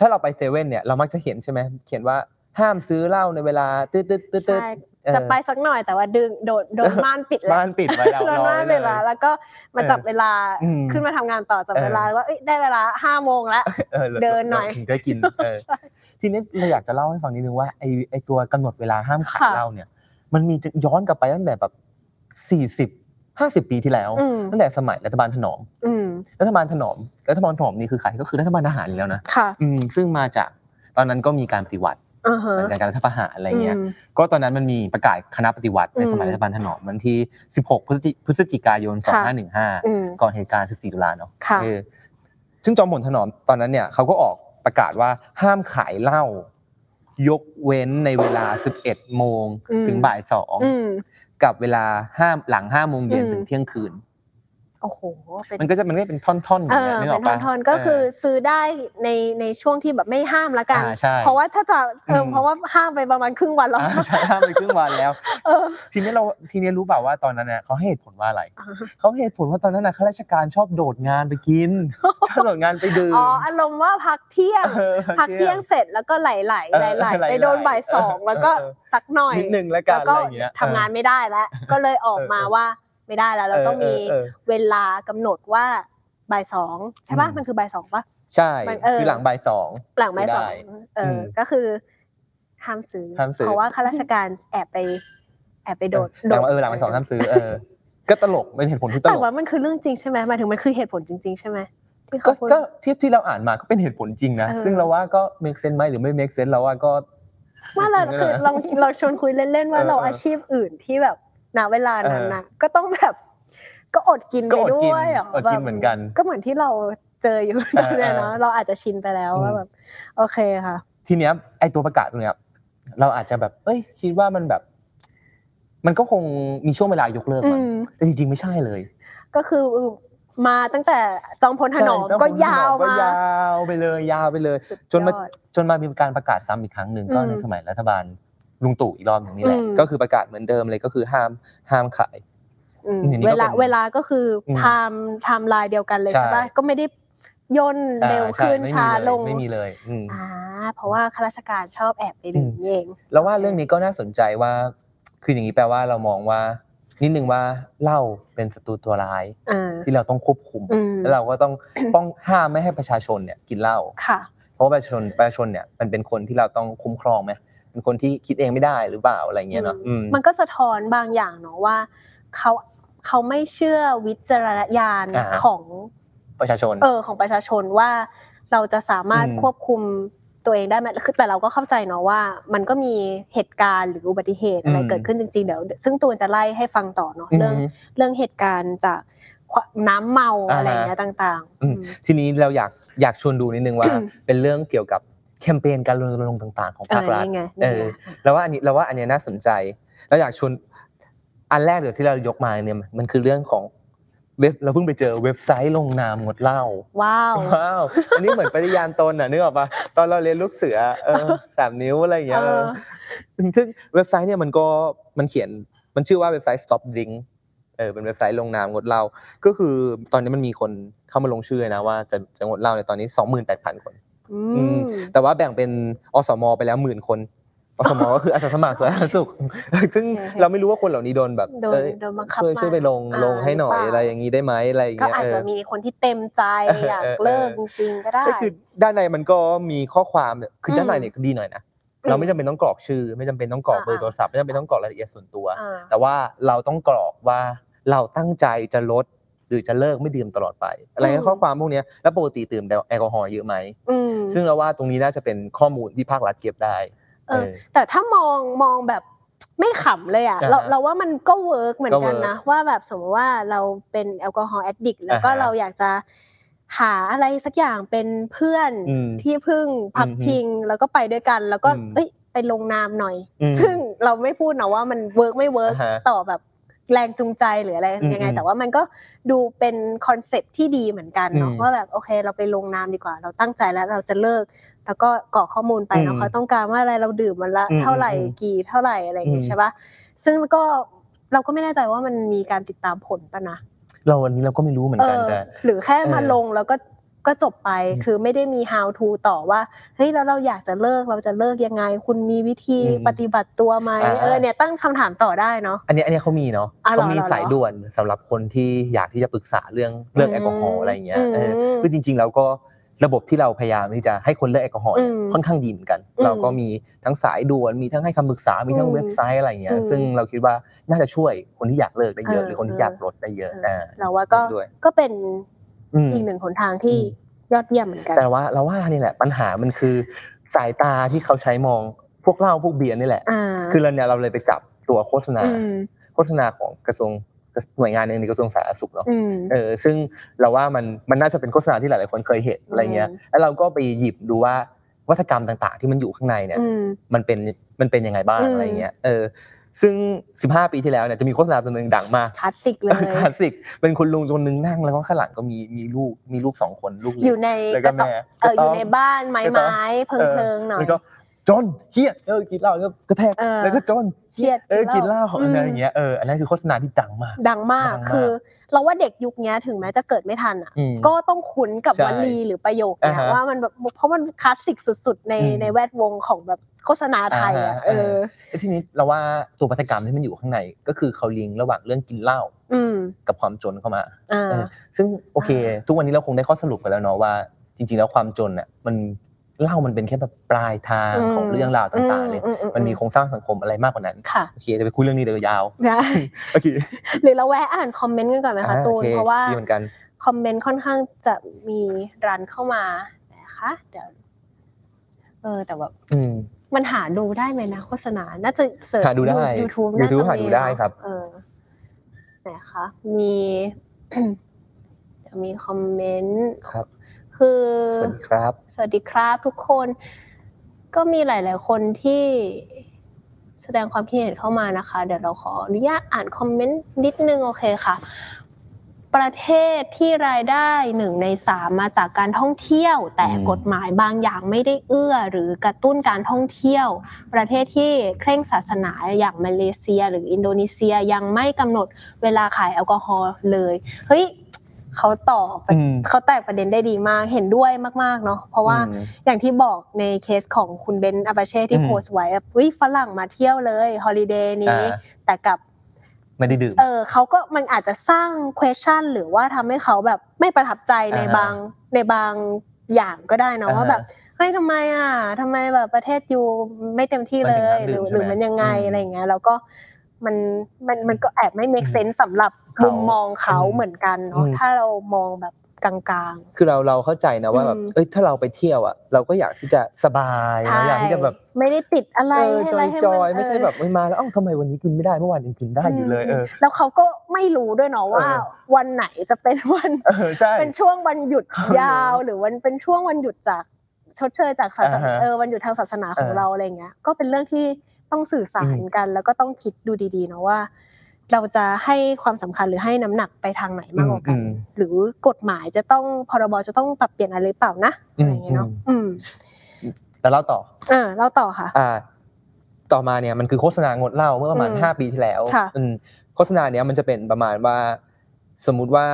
Speaker 4: ถ้าเราไปเซเว่นเนี่ยเรามักจะเห็นใช่ไหมเขียนว่าห้ามซื้อเหล้าในเวลาตืดตืดตืดตืด
Speaker 3: ใช่จะไปสักหน่อยแต่ว่าดึงโดนโดนม่านปิดแล้ว
Speaker 4: บ้านปิดไว้แล้ว
Speaker 3: โดน
Speaker 4: รอ
Speaker 3: ม่าน
Speaker 4: ไว้เล
Speaker 3: ปิ
Speaker 4: ย
Speaker 3: ดแล้วแล้วก็มาจับเวลา
Speaker 4: อืม
Speaker 3: ขึ้นมาทำงานต่อจับ
Speaker 4: เออ
Speaker 3: เวลาว่าเอ้ยได้เวลาห้าโมงแล้ว
Speaker 4: ออแล้ว
Speaker 3: เดินหน่อย
Speaker 4: ถึงได้กินเออทีนี้เราอยากจะเล่าให้ฟังนิดนึงว่าไอไอตัวกำหนดเวลาห้ามขาย
Speaker 3: ค่ะ
Speaker 4: เหล้าเนี่ย มันมีจะย้อนกลับไปตั้งแต่แบบสี่สิบห้าสิบปีที่แล้ว
Speaker 3: อืม
Speaker 4: ตั้งแต่สมัยรัฐบาลถนอม
Speaker 3: อืม
Speaker 4: รัฐบาลถนอมรัฐบาลถนอมนี่คือใครก็คือรัฐบาลทหารอยู่แล้วนะ
Speaker 3: ค่ะ
Speaker 4: อืมซึ่งมาจากตอนนั้นก็มีการปฏิวัติ
Speaker 3: อ่าฮะ
Speaker 4: หลังจากการรัฐประหารอะไรเงี้ย
Speaker 3: ม
Speaker 4: ก็ตอนนั้นมันมีประกาศคณะปฏิวัติใน
Speaker 3: อืม
Speaker 4: สมัยรัฐบาลถนอมวันที่ 16 พฤศจิพฤศจิกายน
Speaker 3: ค่ะ อืม
Speaker 4: 2515 ก่อนเหตุการณ์ 14 ตุลาเนาะ
Speaker 3: ค่ะ
Speaker 4: เออซึ่งจอมพลถนอมตอนนั้นเนี่ยเขาก็ออกประกาศว่าห้ามขายเหล้ายกเว้นในเวลา 11 โมง
Speaker 3: อืม
Speaker 4: ถึงบ่าย
Speaker 3: อืม
Speaker 4: 2 กับเวลาห้ามหลัง 5 โมงเย็น
Speaker 3: อืม
Speaker 4: ถึงเที่ยงคืน
Speaker 3: โอ้โหเป็น
Speaker 4: มันก็จะมันก็เป็นท่อนๆอ
Speaker 3: เอย่าง อ
Speaker 4: เงี้ยนึกอ
Speaker 3: เป็
Speaker 4: อน กปะ
Speaker 3: ทอนๆก็คือ
Speaker 4: เ
Speaker 3: ซื้อได้ในในช่วงที่แบบไม่ห้ามละกัน
Speaker 4: อ่าใช่
Speaker 3: เพราะว่าถ้าจะเอออ
Speaker 4: ม
Speaker 3: เพราะว่าห้ามไปประมาณครึ่งวันแล้ว
Speaker 4: อ่า ใช่ห้ามไปครึ่งวันแล้ว
Speaker 3: เออ
Speaker 4: ทีนี้เราทีนี้รู้เปล่าว่าตอนนั้นเนี่ยเขาให้เหตุผลว่าอะไร
Speaker 3: อ่า
Speaker 4: เขาให้เหตุผลว่าตอนนั้นนะข้าราชการชอบโดดงานไป กิน ชอบโดดงานไปดื่ม
Speaker 3: อ๋ออารมณ์ว่าพักเที่ยง
Speaker 4: เออ
Speaker 3: พักเที่ยงเสร็จแล้วก็ไหลๆไหล
Speaker 4: เออ
Speaker 3: ไหลๆ
Speaker 4: ไหลๆ
Speaker 3: ไปโดนบ่ายสอง
Speaker 4: เออ
Speaker 3: แล้วก็
Speaker 4: เออ
Speaker 3: สักหน่อย
Speaker 4: นิดนึงแล้วกั
Speaker 3: แล้
Speaker 4: น
Speaker 3: ว
Speaker 4: อะ
Speaker 3: ก็
Speaker 4: ไรอย่างเงี้ย
Speaker 3: ทำงานไม่ได้แล้ว ก็เลยออกมาว่าไม่ได้แล้ว เราต้องมี
Speaker 4: เออเออ
Speaker 3: เวลากำหนดว่าบ่ายสองใช่ปะ
Speaker 4: อืม
Speaker 3: มันคือบ่ายสองปะ
Speaker 4: ใช่
Speaker 3: มันเออ
Speaker 4: คือหลังบ่ายสอง
Speaker 3: หลังบ่ายสอง
Speaker 4: ได้
Speaker 3: เอออ
Speaker 4: ม
Speaker 3: ก็คือห้ามซื้อ
Speaker 4: ห้ามซื้อ
Speaker 3: เพราะว่าข้าราชการแอบไป แอบไปโดด
Speaker 4: หลังเออหลังบ่ายสองห้ามซื้อเออ ก็ตลกเป็นเหตุผลที่ต
Speaker 3: แต่
Speaker 4: ลก
Speaker 3: ว่ามันคือเรื่องจริงใช่ไหมหมายถึงมันคือเหตุผลจริง ๆ ใช่ไหมที่
Speaker 4: ก็
Speaker 3: เขาพูด
Speaker 4: ก็ที่ที่เราอ่านมาก็เป็นเหตุผลจริงนะ
Speaker 3: เออ
Speaker 4: ซึ่งเราว่าก็ make sense ไหมหรือไม่ make sense เราว่าก็
Speaker 3: ว่าเราคือ ลองลองชวนคุยเล่นๆว่า
Speaker 4: เออ
Speaker 3: เรา
Speaker 4: เอออ
Speaker 3: อาชีพอื่นที่แบบณเวลานั้นนะก็ต้องแบบก็อดกิน
Speaker 4: ก็
Speaker 3: ไป
Speaker 4: อดกิน
Speaker 3: ด้วยะ
Speaker 4: อดกิน
Speaker 3: แบบ
Speaker 4: เหมือนกัน
Speaker 3: ก็เหมือนที่เราเจออยู่ ต
Speaker 4: เอ
Speaker 3: อ
Speaker 4: อน เออ
Speaker 3: เนี้ยเนาะเราอาจจะชินไปแล้ว
Speaker 4: อืม
Speaker 3: ว่าแบบโอเคค่ะ
Speaker 4: ทีเนี้ยไอตัวประกาศตรงเนี้ยเราอาจจะแบบ เอ้ย คิดว่ามันแบบ มันก็คงมีช่วงเวลายกเลิก
Speaker 3: อื
Speaker 4: มัน
Speaker 3: ม
Speaker 4: แต่จริงๆไม่ใช่เลย
Speaker 3: ก็คือมาตั้งแต่จอมพลถนอม
Speaker 4: ใช่แล้ว
Speaker 3: ก็
Speaker 4: คุณ
Speaker 3: ยาว
Speaker 4: หอก็
Speaker 3: มาย
Speaker 4: าวไปเลย ยาวไปเลย
Speaker 3: สุด
Speaker 4: จนมา
Speaker 3: ยอด
Speaker 4: จนมามีการประกาศซ้ำอีกครั้งหนึ่งก็
Speaker 3: อืม
Speaker 4: ในสมัยรัฐบาลลุงตู่อีกรอบหนึ่งนี่แหละ
Speaker 3: อืม
Speaker 4: ก็คือประกาศเหมือนเดิมเลยก็คือห้ามห้ามขาย
Speaker 3: อืม
Speaker 4: อย่างนี้ก็
Speaker 3: เวลา
Speaker 4: เป็น
Speaker 3: เวลาก็คืออ
Speaker 4: ม
Speaker 3: ไทม์ไทม์ไลน์เดียวกันเลย
Speaker 4: ใช่
Speaker 3: ใช่ปะก็ไม่ได้ย่น
Speaker 4: อ่า
Speaker 3: เร็ว
Speaker 4: ใช่
Speaker 3: ขึ้น
Speaker 4: ไม่มี
Speaker 3: ช้า
Speaker 4: เย
Speaker 3: ลง
Speaker 4: ไม่มีเลยอืม
Speaker 3: อ่าเพราะว่าข้าราชการชอบแอบไปดื่ม
Speaker 4: อืม
Speaker 3: เอง
Speaker 4: แล้วว่าเรื่องนี้ก็น่าสนใจว่า คืออย่างนี้แปลว่าเรามองว่า นิดนึงว่าเหล้าเป็นศัตรูตัวร้าย
Speaker 3: อ่า
Speaker 4: ที่เราต้องควบคุม
Speaker 3: อืม
Speaker 4: แล้วเราก็ต้อง ป้องห้ามไม่ให้ประชาชนเนี่ยกินเหล้า
Speaker 3: ค่ะ
Speaker 4: เพราะว่าประชาชนประชาชนเนี่ยมันเป็นคนที่เราต้องคุ้มครองไหมเป็นคนที่คิดเองไม่ได้หรือเปล่าอะไรเงี้ยเนาะอืม
Speaker 3: มันก็สะท้อนบางอย่างเนาะว่าเขาเขาไม่เชื่อวิจารณญาณ
Speaker 4: อ่า
Speaker 3: ของ
Speaker 4: ประชาชน
Speaker 3: เออของประชาชนว่าเราจะสามารถ
Speaker 4: อืม
Speaker 3: ควบคุมตัวเองได้ไหมคือแต่เราก็เข้าใจเนาะว่า มันก็มีเหตุการณ์หรืออุบัติเหตุอะไร
Speaker 4: อืม
Speaker 3: เกิดขึ้นจริงๆเดี๋ยว ซึ่งตูนจะไล่ให้ฟังต่อเนาะเรื่อง
Speaker 4: อืม
Speaker 3: เรื่องเหตุการณ์จากความน้ำเมา
Speaker 4: อ่าฮะ
Speaker 3: อะไรอย่างเงี้ยต่าง ๆ
Speaker 4: อืมทีนี้เราอยากอยากชวนดูนิดนึงว่า
Speaker 3: อืม
Speaker 4: เป็นเรื่องเกี่ยวกับแคมเปญการรณรงค์ต่าง ๆ ของ
Speaker 3: เอ
Speaker 4: ภา
Speaker 3: อ
Speaker 4: ครัฐ
Speaker 3: นี่ไง
Speaker 4: เอ
Speaker 3: นี่
Speaker 4: อ
Speaker 3: ไง
Speaker 4: เราว่าอันนี้เราว่าอันเนี้ยน่าสนใจเราอยากชวนอันแรกเดี๋ยวที่เรายกมาเนี่ยมันมันคือเรื่องของเว็บเราเพิ่งไปเจอเว็บไซต์ลงนามงดเหล้า
Speaker 3: ว้าว
Speaker 4: ว้าวอันนี้เหมือนปฏิญาณตนอ่ะนึกออกปะตอนเราเรียนลูกเสือเออสามนิ้วอะไรอย่างเงี้ย
Speaker 3: เออ
Speaker 4: เออซึ่งเว็บไซต์เนี่ยมันก็มันเขียนมันชื่อว่าเว็บไซต์ stop drink เออเป็นเว็บไซต์ลงนามงดเหล้าก็คือตอนนี้มันมีคนเข้ามาลงชื่อนะว่าจะจะงดเหล้าในยตอนนี้28,000คน
Speaker 3: อื
Speaker 4: อืม
Speaker 3: ม
Speaker 4: แต่ว่าแบ่งเป็นอสม ไปแล้วหมื่นคนอส ม ก็คืออาสาสมัครสาธารณสุข ซึ่ง
Speaker 3: โอเค
Speaker 4: เราไม่รู้ว่าคนเหล่านี้โดนแบบ
Speaker 3: โดน
Speaker 4: เอ้ย
Speaker 3: โดนบังคับ
Speaker 4: ช่วย
Speaker 3: มา
Speaker 4: ช่วยไปลง
Speaker 3: อ่า
Speaker 4: ลงให้หน่อย
Speaker 3: หรือ
Speaker 4: อะ
Speaker 3: เป
Speaker 4: ไร
Speaker 3: ล่า
Speaker 4: อย่างนี้ได้ไหมอะไรอย่าง
Speaker 3: ก็
Speaker 4: เงี้ย
Speaker 3: อาจจะ
Speaker 4: เ
Speaker 3: มีคนที่เต็มใจอยากเลิกจริงๆก็ได้
Speaker 4: ก็คือด้านในมันก็มีข้อความเนี่ยคืออ
Speaker 3: ม
Speaker 4: ด้านในเนี่ยดีหน่อยนะ
Speaker 3: อืม
Speaker 4: เราไม่จำเป็นต้องกรอกชื่อ ไม่จำเป็นต้องกรอก
Speaker 3: อ่า
Speaker 4: เบอร์โทรศัพท์ไม่จำเป็นต้องกรอกรายละเอียดส่วนตัว
Speaker 3: อ่า
Speaker 4: แต่ว่าเราต้องกรอกว่าเราตั้งใจจะลดหรือจะเลิกไม่ดื่มตลอดไป อะไร
Speaker 3: อืม
Speaker 4: ข้อความพวกเนี้ยแล้วปกติดื่มแอลกอฮอล์เยอะไหม
Speaker 3: อืม
Speaker 4: ซึ่งเราว่าตรงนี้น่าจะเป็นข้อมูลที่ภาครัฐเก็บได้
Speaker 3: เออ แต่ถ้ามองมองแบบ ไม่ขำเลยอ่ะเรา
Speaker 4: อ่าฮะ
Speaker 3: เราว่ามันก็เวิร์กเหมือนกัน
Speaker 4: ก็เวิร์
Speaker 3: นะ
Speaker 4: ก
Speaker 3: ว่าแบบสมมติว่าเราเป็นแอลกอฮอล์แอดดิกแล้วก็
Speaker 4: อ่าฮะ
Speaker 3: เราอยากจะหาอะไรสักอย่างเป็นเพื่อน
Speaker 4: อืม
Speaker 3: ที่พึ่งพัก
Speaker 4: อืมฮึ
Speaker 3: พิงแล้วก็ไปด้วยกัน แล้วก็
Speaker 4: อืม
Speaker 3: เอ้ยไปลงนามหน่อย
Speaker 4: อืม
Speaker 3: ซึ่งเราไม่พูดนะว่ามันเวิร์กไม่เวิร์ก
Speaker 4: อ่าฮะ
Speaker 3: ต่อแบบแรงจูงใจหรืออะไร
Speaker 4: อืม
Speaker 3: ยังไง
Speaker 4: อืม
Speaker 3: แต่ว่ามันก็ดูเป็นคอนเซปต์ที่ดีเหมือนกันเนาะ
Speaker 4: อืม
Speaker 3: ว่าแบบโอเค เราไปลงนามดีกว่า เราตั้งใจแล้วเราจะเลิก แล้วก็กรอกข้อมูลไปเนาะ
Speaker 4: อืม
Speaker 3: เขาต้องการว่าอะไรเราดื่มวันละ
Speaker 4: อืม
Speaker 3: เท่าไหร่
Speaker 4: อืมอืม
Speaker 3: กี่เท่าไหร่อะไร อะไรอย่าง
Speaker 4: อื
Speaker 3: งี้
Speaker 4: ม
Speaker 3: ใช่ปะซึ่งก็เราก็ไม่แน่ใจว่ามันมีการติดตามผลปะนะ
Speaker 4: เราวันนี้เราก็ไม่รู้เหมือนกัน
Speaker 3: เออ
Speaker 4: แต่
Speaker 3: หรือแค่มา
Speaker 4: เออ
Speaker 3: ลงแล้วก็ก็จบไป
Speaker 4: อืม
Speaker 3: คือไม่ได้มี how to ต่อว่า เฮ้ยแล้วเราอยากจะเลิกเราจะเลิกยังไง คุณมีวิธี
Speaker 4: อืม
Speaker 3: ปฏิบัติตัวไหม
Speaker 4: อ่า
Speaker 3: เออเนี่ยตั้งคำถามต่อได้เนาะ
Speaker 4: อันเนี้ยอันเนี้ยเขามีเนาะ
Speaker 3: อ่ะเหรอ
Speaker 4: เขามี
Speaker 3: เหรอ
Speaker 4: สายด่วนสำหรับคนที่อยากที่จะปรึกษาเรื่องเรื่องแอลกอฮอล์อะไรอย่างเงี้ย
Speaker 3: อืม
Speaker 4: เออคือจริง ๆ แล้วก็ระบบที่เราพยายามที่จะให้คนเลิกแอลกอฮอล์เนี่ย
Speaker 3: อืม
Speaker 4: ค่อนข้างดีเหมือนกัน
Speaker 3: อืม
Speaker 4: เราก็มีทั้งสายด่วนมีทั้งให้คำปรึกษา มีทั้ง
Speaker 3: อืม
Speaker 4: เว็บไซต์อะไรอย่างเงี้
Speaker 3: อื
Speaker 4: ย
Speaker 3: ม
Speaker 4: ซึ่งเราคิดว่าน่าจะช่วยคนที่อยากเลิกได้เยอะ
Speaker 3: เออ
Speaker 4: หรือคนที่อยากลดได้เยอะ
Speaker 3: เอออ่
Speaker 4: อ่า
Speaker 3: เราว่าก็
Speaker 4: ด้วย
Speaker 3: ก็เป็น
Speaker 4: อืม
Speaker 3: อีกหนึ่งหนทางที่
Speaker 4: อื
Speaker 3: ยอดเยี่ยมเหมือนกัน
Speaker 4: แต่ว่าเราว่านี่แหละปัญหามันคือ สายตาที่เขาใช้มองพวกเหล้าพวกเบียร์นี่แหละ
Speaker 3: อ่า
Speaker 4: คือเราเนี่ยเราเลยไปจับตัวโฆษณา
Speaker 3: อืม
Speaker 4: โฆษณาของกระทรวงหน่วยงานหนึ่งในกระทรวงสาธารณสุขเนาะ
Speaker 3: อืม
Speaker 4: เออซึ่งเราว่ามันมันน่าจะเป็นโฆษณาที่หลาย ๆ คนเคยเห็นอะไรเงี้ย
Speaker 3: อืม
Speaker 4: แล้วเราก็ไปหยิบดูว่าวัฒกรรมต่าง ๆ ที่มันอยู่ข้างในเนี่ย
Speaker 3: อืม
Speaker 4: มันเป็นมันเป็นยังไงบ้าง
Speaker 3: อืม
Speaker 4: อะไรเงี้ย เออ ซึ่ง 15 ปีที่แล้วเนี่ยจะมีโฆษณาตัวหนึ่งดังมาก
Speaker 3: คลาสสิกเลย
Speaker 4: คลาสสิก เป็นคุณลุงคนหนึงนั่งแล้วก็ข้างหลังก็มีมีลูกมีลูกสองคนลูก
Speaker 3: อ
Speaker 4: เล็
Speaker 3: ยู่
Speaker 4: ก
Speaker 3: ใน
Speaker 4: แล้ว
Speaker 3: ก
Speaker 4: ก็
Speaker 3: ระต๊อบ
Speaker 4: แม่
Speaker 3: เอออยู่ใน
Speaker 4: กระต๊
Speaker 3: บ้านไม้
Speaker 4: กระต๊อบ
Speaker 3: ไม้เพิงเพิงๆหน่อ
Speaker 4: มั
Speaker 3: ย
Speaker 4: นก็จนเครียดเออกินเหล้าแล้วก็กระแทก
Speaker 3: เออ
Speaker 4: แล้วก็จนเออ
Speaker 3: เครี
Speaker 4: กิ
Speaker 3: ย
Speaker 4: น
Speaker 3: ด
Speaker 4: เหล้า
Speaker 3: อืม
Speaker 4: อะไรอย่างเงี้ยเอออันนั้นคือโฆษณาที่ดังมาก
Speaker 3: ดังมาก
Speaker 4: ดังมาก
Speaker 3: คือ เราว่าเด็กยุคเนี้ยถึงแม้จะเกิดไม่ทันอ่ะ
Speaker 4: อืม
Speaker 3: ก็ต้องคุ้นกับ
Speaker 4: ใช่
Speaker 3: วลีหรือประโยคเนี้ย
Speaker 4: อ่าฮะ
Speaker 3: ว่ามันแบบเพราะมันคลาสสิกสุด ๆ ใน
Speaker 4: อืม
Speaker 3: ในแวดวงของแบบโฆษณาไทยอ่ะ
Speaker 4: อ่าฮะ
Speaker 3: เออ
Speaker 4: แล้วทีนี้เราว่าตัวพัฒกรรมที่มันอยู่ข้างในก็คือเขาลิงก์ระหว่างเรื่องกินเหล้า
Speaker 3: อืม
Speaker 4: กับความจนเข้ามา
Speaker 3: อ่า
Speaker 4: เออซึ่งโอเค ทุกวันนี้เราคงได้ข้อสรุปกันแล้วเนาะว่า จริง ๆ แล้วความจนเนี่ยมันเหล้ามันเป็นแค่แบบปลายทาง
Speaker 3: อืม
Speaker 4: ของเรื่องราวต่างๆเลย
Speaker 3: อื
Speaker 4: มันมีโครงสร้างสังคมอะไรมากกว่านั้น
Speaker 3: ค่ะ
Speaker 4: โอเคจะไปคุยเรื่องนี้เดี๋ยวยาว
Speaker 3: นะ
Speaker 4: โอเค
Speaker 3: หรือเราแวะอ่านคอมเมนต์กันก่อนไหมคะ
Speaker 4: อ่า
Speaker 3: ตู
Speaker 4: โอน ค
Speaker 3: เพราะว่า
Speaker 4: ดีเหมือนกัน
Speaker 3: คอมเมนต์ค่อนข้างจะมีรันเข้ามานะคะเดี๋ยวเออแต่แบบ
Speaker 4: อืม
Speaker 3: มันหาดูได้ไหมนะโฆษณา น่าจะเสิร์ช
Speaker 4: หาดูได้
Speaker 3: ยูทูบ
Speaker 4: YouTube หาดูได้ครับ
Speaker 3: เออไหนคะมี เดี๋ยวมีคอมเมนต์
Speaker 4: ครับ
Speaker 3: คือ
Speaker 4: สวัสดีครับ
Speaker 3: สวัสดีครับทุกคน ก็มีหลาย ๆ คนที่แสดงความคิดเห็นเข้ามานะคะ เดี๋ยวเราขออนุญาตอ่านคอมเมนต์นิดนึงโอเคค่ะ ประเทศที่รายได้หนึ่งในสามมาจากการท่องเที่ยว แต่
Speaker 4: อืม
Speaker 3: กฎหมายบางอย่างไม่ได้เอื้อ หรือกระตุ้นการท่องเที่ยว ประเทศที่เคร่งศาสนาอย่างมาเลเซีย หรืออินโดนีเซียยังไม่กำหนดเวลาขายแอลกอฮอล์เลยเฮ้ยเขาต่อประ
Speaker 4: อืม
Speaker 3: เขาแตกประเด็นได้ดีมาก เห็นด้วยมาก ๆ เนาะ เพราะว่า
Speaker 4: อืม
Speaker 3: อย่างที่บอกในเคสของคุณเบนอาบาเช่ที่
Speaker 4: อืม
Speaker 3: โพสต์ไว้อะอุ้ยฝรั่งมาเที่ยวเลยฮอลิเดย์นี้
Speaker 4: อ่า
Speaker 3: แต่กับ
Speaker 4: ไม่ได้ดื่ม
Speaker 3: เออเขาก็มันอาจจะสร้าง question หรือว่าทำให้เขาแบบไม่ประทับใจใน
Speaker 4: อ่าฮะ
Speaker 3: บางในบางอย่างก็ได้เนาะ
Speaker 4: อ่าฮะ
Speaker 3: ว่าแบบเฮ้ยทำไมอ่ะทำไมแบบประเทศยูไม่เต็มที่เลย
Speaker 4: มัน
Speaker 3: ห
Speaker 4: ถึงห้ามดื่
Speaker 3: รือ
Speaker 4: ม
Speaker 3: ห
Speaker 4: ใช่ไหม
Speaker 3: รือมันยังไง
Speaker 4: อืม
Speaker 3: อะไรอย่างเงี้ยแล้วก็มันมันมันก็แอบไม่ make sense สำหรับมุมมองเขา
Speaker 4: อืม
Speaker 3: เหมือนกันเนาะ
Speaker 4: อืม
Speaker 3: ถ้าเรามองแบบกลาง
Speaker 4: คือเราเราเข้าใจนะว่าแบบ
Speaker 3: อืม
Speaker 4: เอ้ยถ้าเราไปเที่ยวอ่ะ เราก็อยากที่จะสบาย
Speaker 3: ๆ
Speaker 4: เราอยากที่จะแบบ
Speaker 3: ไม่ได้ติดอะไร
Speaker 4: เออ
Speaker 3: ให้
Speaker 4: จ
Speaker 3: อะ
Speaker 4: อ
Speaker 3: ไร
Speaker 4: ย
Speaker 3: ให้
Speaker 4: จ
Speaker 3: มัน
Speaker 4: อยไม่ใช่
Speaker 3: เออ
Speaker 4: แบบไม่มาแล้วเอ้าทำไมวันนี้กินไม่ได้เมื่อวานยังกินได้อยู่เลยเออ
Speaker 3: แล้วเขาก็ไม่รู้ด้วยเนาะว่า
Speaker 4: เออ
Speaker 3: วันไหนจะเป็นวัน
Speaker 4: เออใช่
Speaker 3: เป็นช่วงวันหยุด
Speaker 4: เออย
Speaker 3: าวหรือวันเป็นช่วงวันหยุดจากชดเชยจากศาสนา
Speaker 4: อ่าฮะ
Speaker 3: เออวันหยุดทางศาสนาของ
Speaker 4: เออ
Speaker 3: เราอะไรเงี้ย ก็เป็นเรื่องที่ต้องสื่อสาร
Speaker 4: อืม
Speaker 3: กัน แล้วก็ต้องคิดดูดีๆเนาะว่า เราจะให้ความสำคัญหรือให้น้ำหนักไปทางไหนมากกว่ากัน
Speaker 4: อืม
Speaker 3: หรือกฎหมายจะต้องพรบจะต้องปรับเปลี่ยนอะไรหรือเปล่านะอะไรเงี้ยเนาะอืม
Speaker 4: แต่เล่าต่อ
Speaker 3: อ่าเราต่อค่ะ
Speaker 4: อ่า ต่อมาเนี่ยมันคือโฆษณางดเหล้าเมื่อประมาณ
Speaker 3: อืม
Speaker 4: ห้าปีที่แล้ว
Speaker 3: ค่ะ
Speaker 4: อืมโฆษณาเนี้ยมันจะเป็นประมาณว่า สมมุติว่า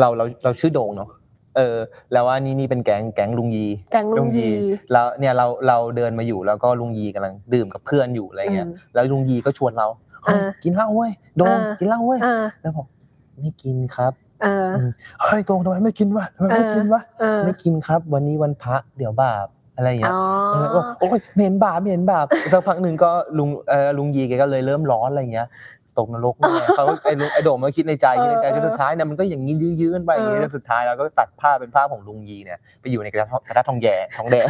Speaker 4: เราเราเราชื่อโดงเนาะเออ แล้วว่านี่นี่เป็นแก๊งแก๊งลุงยี
Speaker 3: แกงลุงยี
Speaker 4: แล้วเนี่ยเราเราเดินมาอยู่แล้วก็ลุงยีกำลังดื่มกับเพื่อนอยู่อะไรเงี้ย
Speaker 3: อืม
Speaker 4: แล้วลุงยีก็ชวนเราเฮ้ย
Speaker 3: อ่า
Speaker 4: กินเหล้าเว้ยโดง
Speaker 3: อ่า
Speaker 4: กินเหล้าเว้ย
Speaker 3: อ่า
Speaker 4: แล้วบอกไม่กินครับ
Speaker 3: เออ
Speaker 4: เฮ้ยโดงทำไมไม่กินวะทำไมไม่กินวะ
Speaker 3: เออ
Speaker 4: ไม่กินครับ วันนี้วันพระเดี๋ยวบาปอะไรอย่างเงี้ย
Speaker 3: อ๋อ
Speaker 4: เออบอกโอ๊ยเหม็นบาปเหม็นบาป สักพักหนึ่งก็ลุงเออลุงยีแกก็เลยเริ่มร้อนอะไรเงี้ยตกนรกแน่เขาไอ้ลุงไอ้โดมมันก็คิดในใจ
Speaker 3: เออ
Speaker 4: คิดในใจจน
Speaker 3: เออ
Speaker 4: สุดท้ายเนี่ยมันก็อย่างนี้ยื้อๆกันไปอย่างนี้
Speaker 3: เออ
Speaker 4: จนสุดท้ายเราก็ตัดภาพเป็นภาพของลุงยีเนี่ยไปอยู่ในกระทะกระทะทองแย่ ทองแดง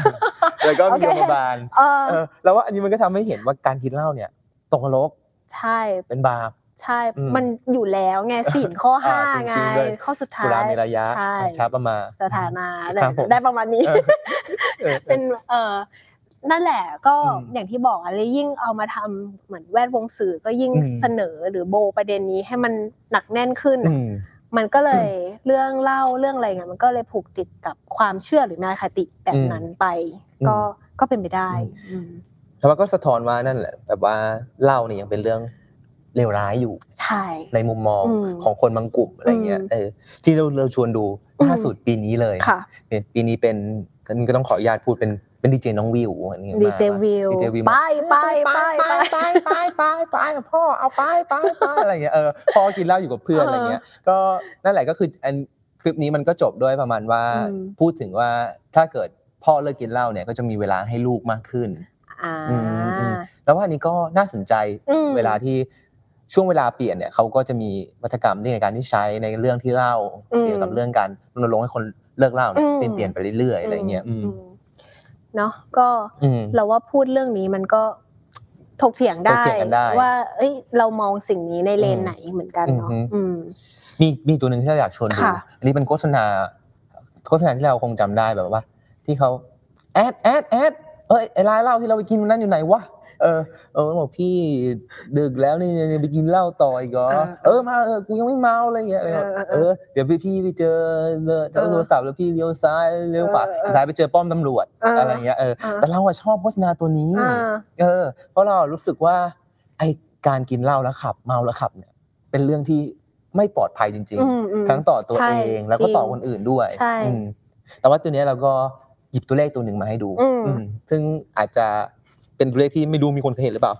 Speaker 4: แล้วก็
Speaker 3: โอ
Speaker 4: มี
Speaker 3: เค
Speaker 4: โยมบาล
Speaker 3: เออ
Speaker 4: เออแล้วว่าอันนี้มันก็ทำให้เห็นว่าการกินเหล้าเนี่ย ตกนรก
Speaker 3: ใช่
Speaker 4: เป็นบาป
Speaker 3: ใช่
Speaker 4: อืม
Speaker 3: มันอยู่แล้ว ไงศีลข้อห้า
Speaker 4: อ่าจริงๆ
Speaker 3: ไง
Speaker 4: ด้วย
Speaker 3: ข้อสุดท้าย
Speaker 4: สุราเมรยะ
Speaker 3: ใช่
Speaker 4: ชาประมา
Speaker 3: สถานะ
Speaker 4: ครับ
Speaker 3: ได้
Speaker 4: ผม
Speaker 3: ได้ประมาณนี้
Speaker 4: เออเออ
Speaker 3: เป็นเออนั่นแหละก็
Speaker 4: อืม
Speaker 3: อย่างที่บอกอะไรยิ่งเอามาทำเหมือนแวดวงสื่อก็ยิ่ง
Speaker 4: อืม
Speaker 3: เสนอหรือโบประเด็นนี้ให้มันหนักแน่นขึ้น
Speaker 4: อื
Speaker 3: อะ
Speaker 4: ม
Speaker 3: มันก็เลยเรื่องเล่าเรื่องอะไรเงี้ยมันก็เลยผูกติดกับความเชื่อหรือแนวคติแบบนั้นไป
Speaker 4: อืม
Speaker 3: ก็ก็เป็นไปได้อืม
Speaker 4: แล้วมันก็สะท้อนว่านั่นแหละ แบบว่าเหล่าเนี่ยยังเป็นเรื่องเลวร้ายอยู่
Speaker 3: ใช่
Speaker 4: ในมุมมอง
Speaker 3: อืม
Speaker 4: ของคนบางกลุ่มอะไรเงี้ย
Speaker 3: อืม
Speaker 4: เออที่เราเราชวนดู
Speaker 3: อืม
Speaker 4: ล่าสุดปีนี้เลย
Speaker 3: ค่ะ
Speaker 4: เนี่ยปีนี้เป็นก็นี่ก็ต้องขออนุญาตพูดเป็นเป็นดีเจน้องวิวอันนี้
Speaker 3: ดีเจ
Speaker 4: มา
Speaker 3: วิว
Speaker 4: DJ วิว
Speaker 3: ไป
Speaker 4: มา
Speaker 3: ไป
Speaker 4: ไป
Speaker 3: ไป
Speaker 4: ไป
Speaker 3: ไป
Speaker 4: ไปไปไปไปพ่อเอาไปไปไปอะไรเงี้ยเออพ่อกินเหล้าอยู่กับเพื่อนอะไรเงี้ยก็นั่นแหละก็คืออันคลิปนี้มันก็จบด้วยประมาณว่า
Speaker 3: อืม
Speaker 4: พูดถึงว่าถ้าเกิดพ่อเลิกกินเหล้าเนี่ยก็จะมีเวลาให้ลูกมากขึ้น
Speaker 3: อ่า
Speaker 4: อืมอืม แล้วว่าอันนี้ก็น่าสนใจ
Speaker 3: อืม
Speaker 4: เวลาที่ช่วงเวลาเปลี่ยนเนี่ยเขาก็จะมีวัฒกรรมที่ในการที่ใช้ในเรื่องที่เล่า
Speaker 3: อืม
Speaker 4: เกี่ยวกับเรื่องการรณรงค์ให้คนเลิกเหล้าเนี่ย
Speaker 3: อืม
Speaker 4: เป็นเปลี่ยนไปเรื่อยๆอะไรเงี้ยอืม
Speaker 3: อืมเนาะก็
Speaker 4: อืม
Speaker 3: เราว่าพูดเรื่องนี้มันก็ถกเถียง
Speaker 4: ถ
Speaker 3: ได้
Speaker 4: กเถียงกันได้
Speaker 3: ว่า เอ้ย เรามองสิ่งนี้ในเลนไหนเหมือนกันเนาะ
Speaker 4: อืม
Speaker 3: อืม
Speaker 4: มีมีตัวหนึ่งที่เราอยากชวนดู
Speaker 3: ค่ะ
Speaker 4: อันนี้เป็นโฆษณา โฆษณาที่เราคงจำได้แบบว่า ที่เขาแอดแอดแอดเอ้ยไอ้ร้านเหล้าที่เราไปกินวันนั้นอยู่ไหนวะเออเออบอกพี่ดึกแล้วนี่นี่ไปกินเหล้าต่ออีกเหรอ
Speaker 3: เออ
Speaker 4: เออมาเออกูยังไม่เมาอะไรเงี้ยอะไรเงี้ย
Speaker 3: เออเออ
Speaker 4: เออเดี๋ยวพี่พี่ไปเจอเออ
Speaker 3: เออ
Speaker 4: โทรศัพท์แล้วพี่เลี้ยวซ้ายเลี้ยวขวา
Speaker 3: เออเออ
Speaker 4: สุดท้ายไปเจอป้อมตำรวจ
Speaker 3: เอออ
Speaker 4: อะไรเงี้ยเออ
Speaker 3: อ่า
Speaker 4: แต่เราอะชอบโฆษณาตัวนี้
Speaker 3: อ่า
Speaker 4: เออ เพราะเรารู้สึกว่าไอการกินเหล้าแล้วขับ เมาแล้วขับเนี่ย เป็นเรื่องที่ไม่ปลอดภัยจริง
Speaker 3: อืมอืม
Speaker 4: ๆ ทั้งต่อตัว
Speaker 3: ใช่
Speaker 4: เองแล้วก็ต่
Speaker 3: จ
Speaker 4: อ
Speaker 3: ริง
Speaker 4: คนอื่นด้วย
Speaker 3: ใช่
Speaker 4: อืมแต่ว่าตัวเนี้ยเราก็หยิบตัวเลขตัวหนึ่งมาให้ดู
Speaker 3: อืม
Speaker 4: อืมซึ่งอาจจะเป็นตัวเลขที่ไม่ดูมีคนเคยเห็นหรือเปล่า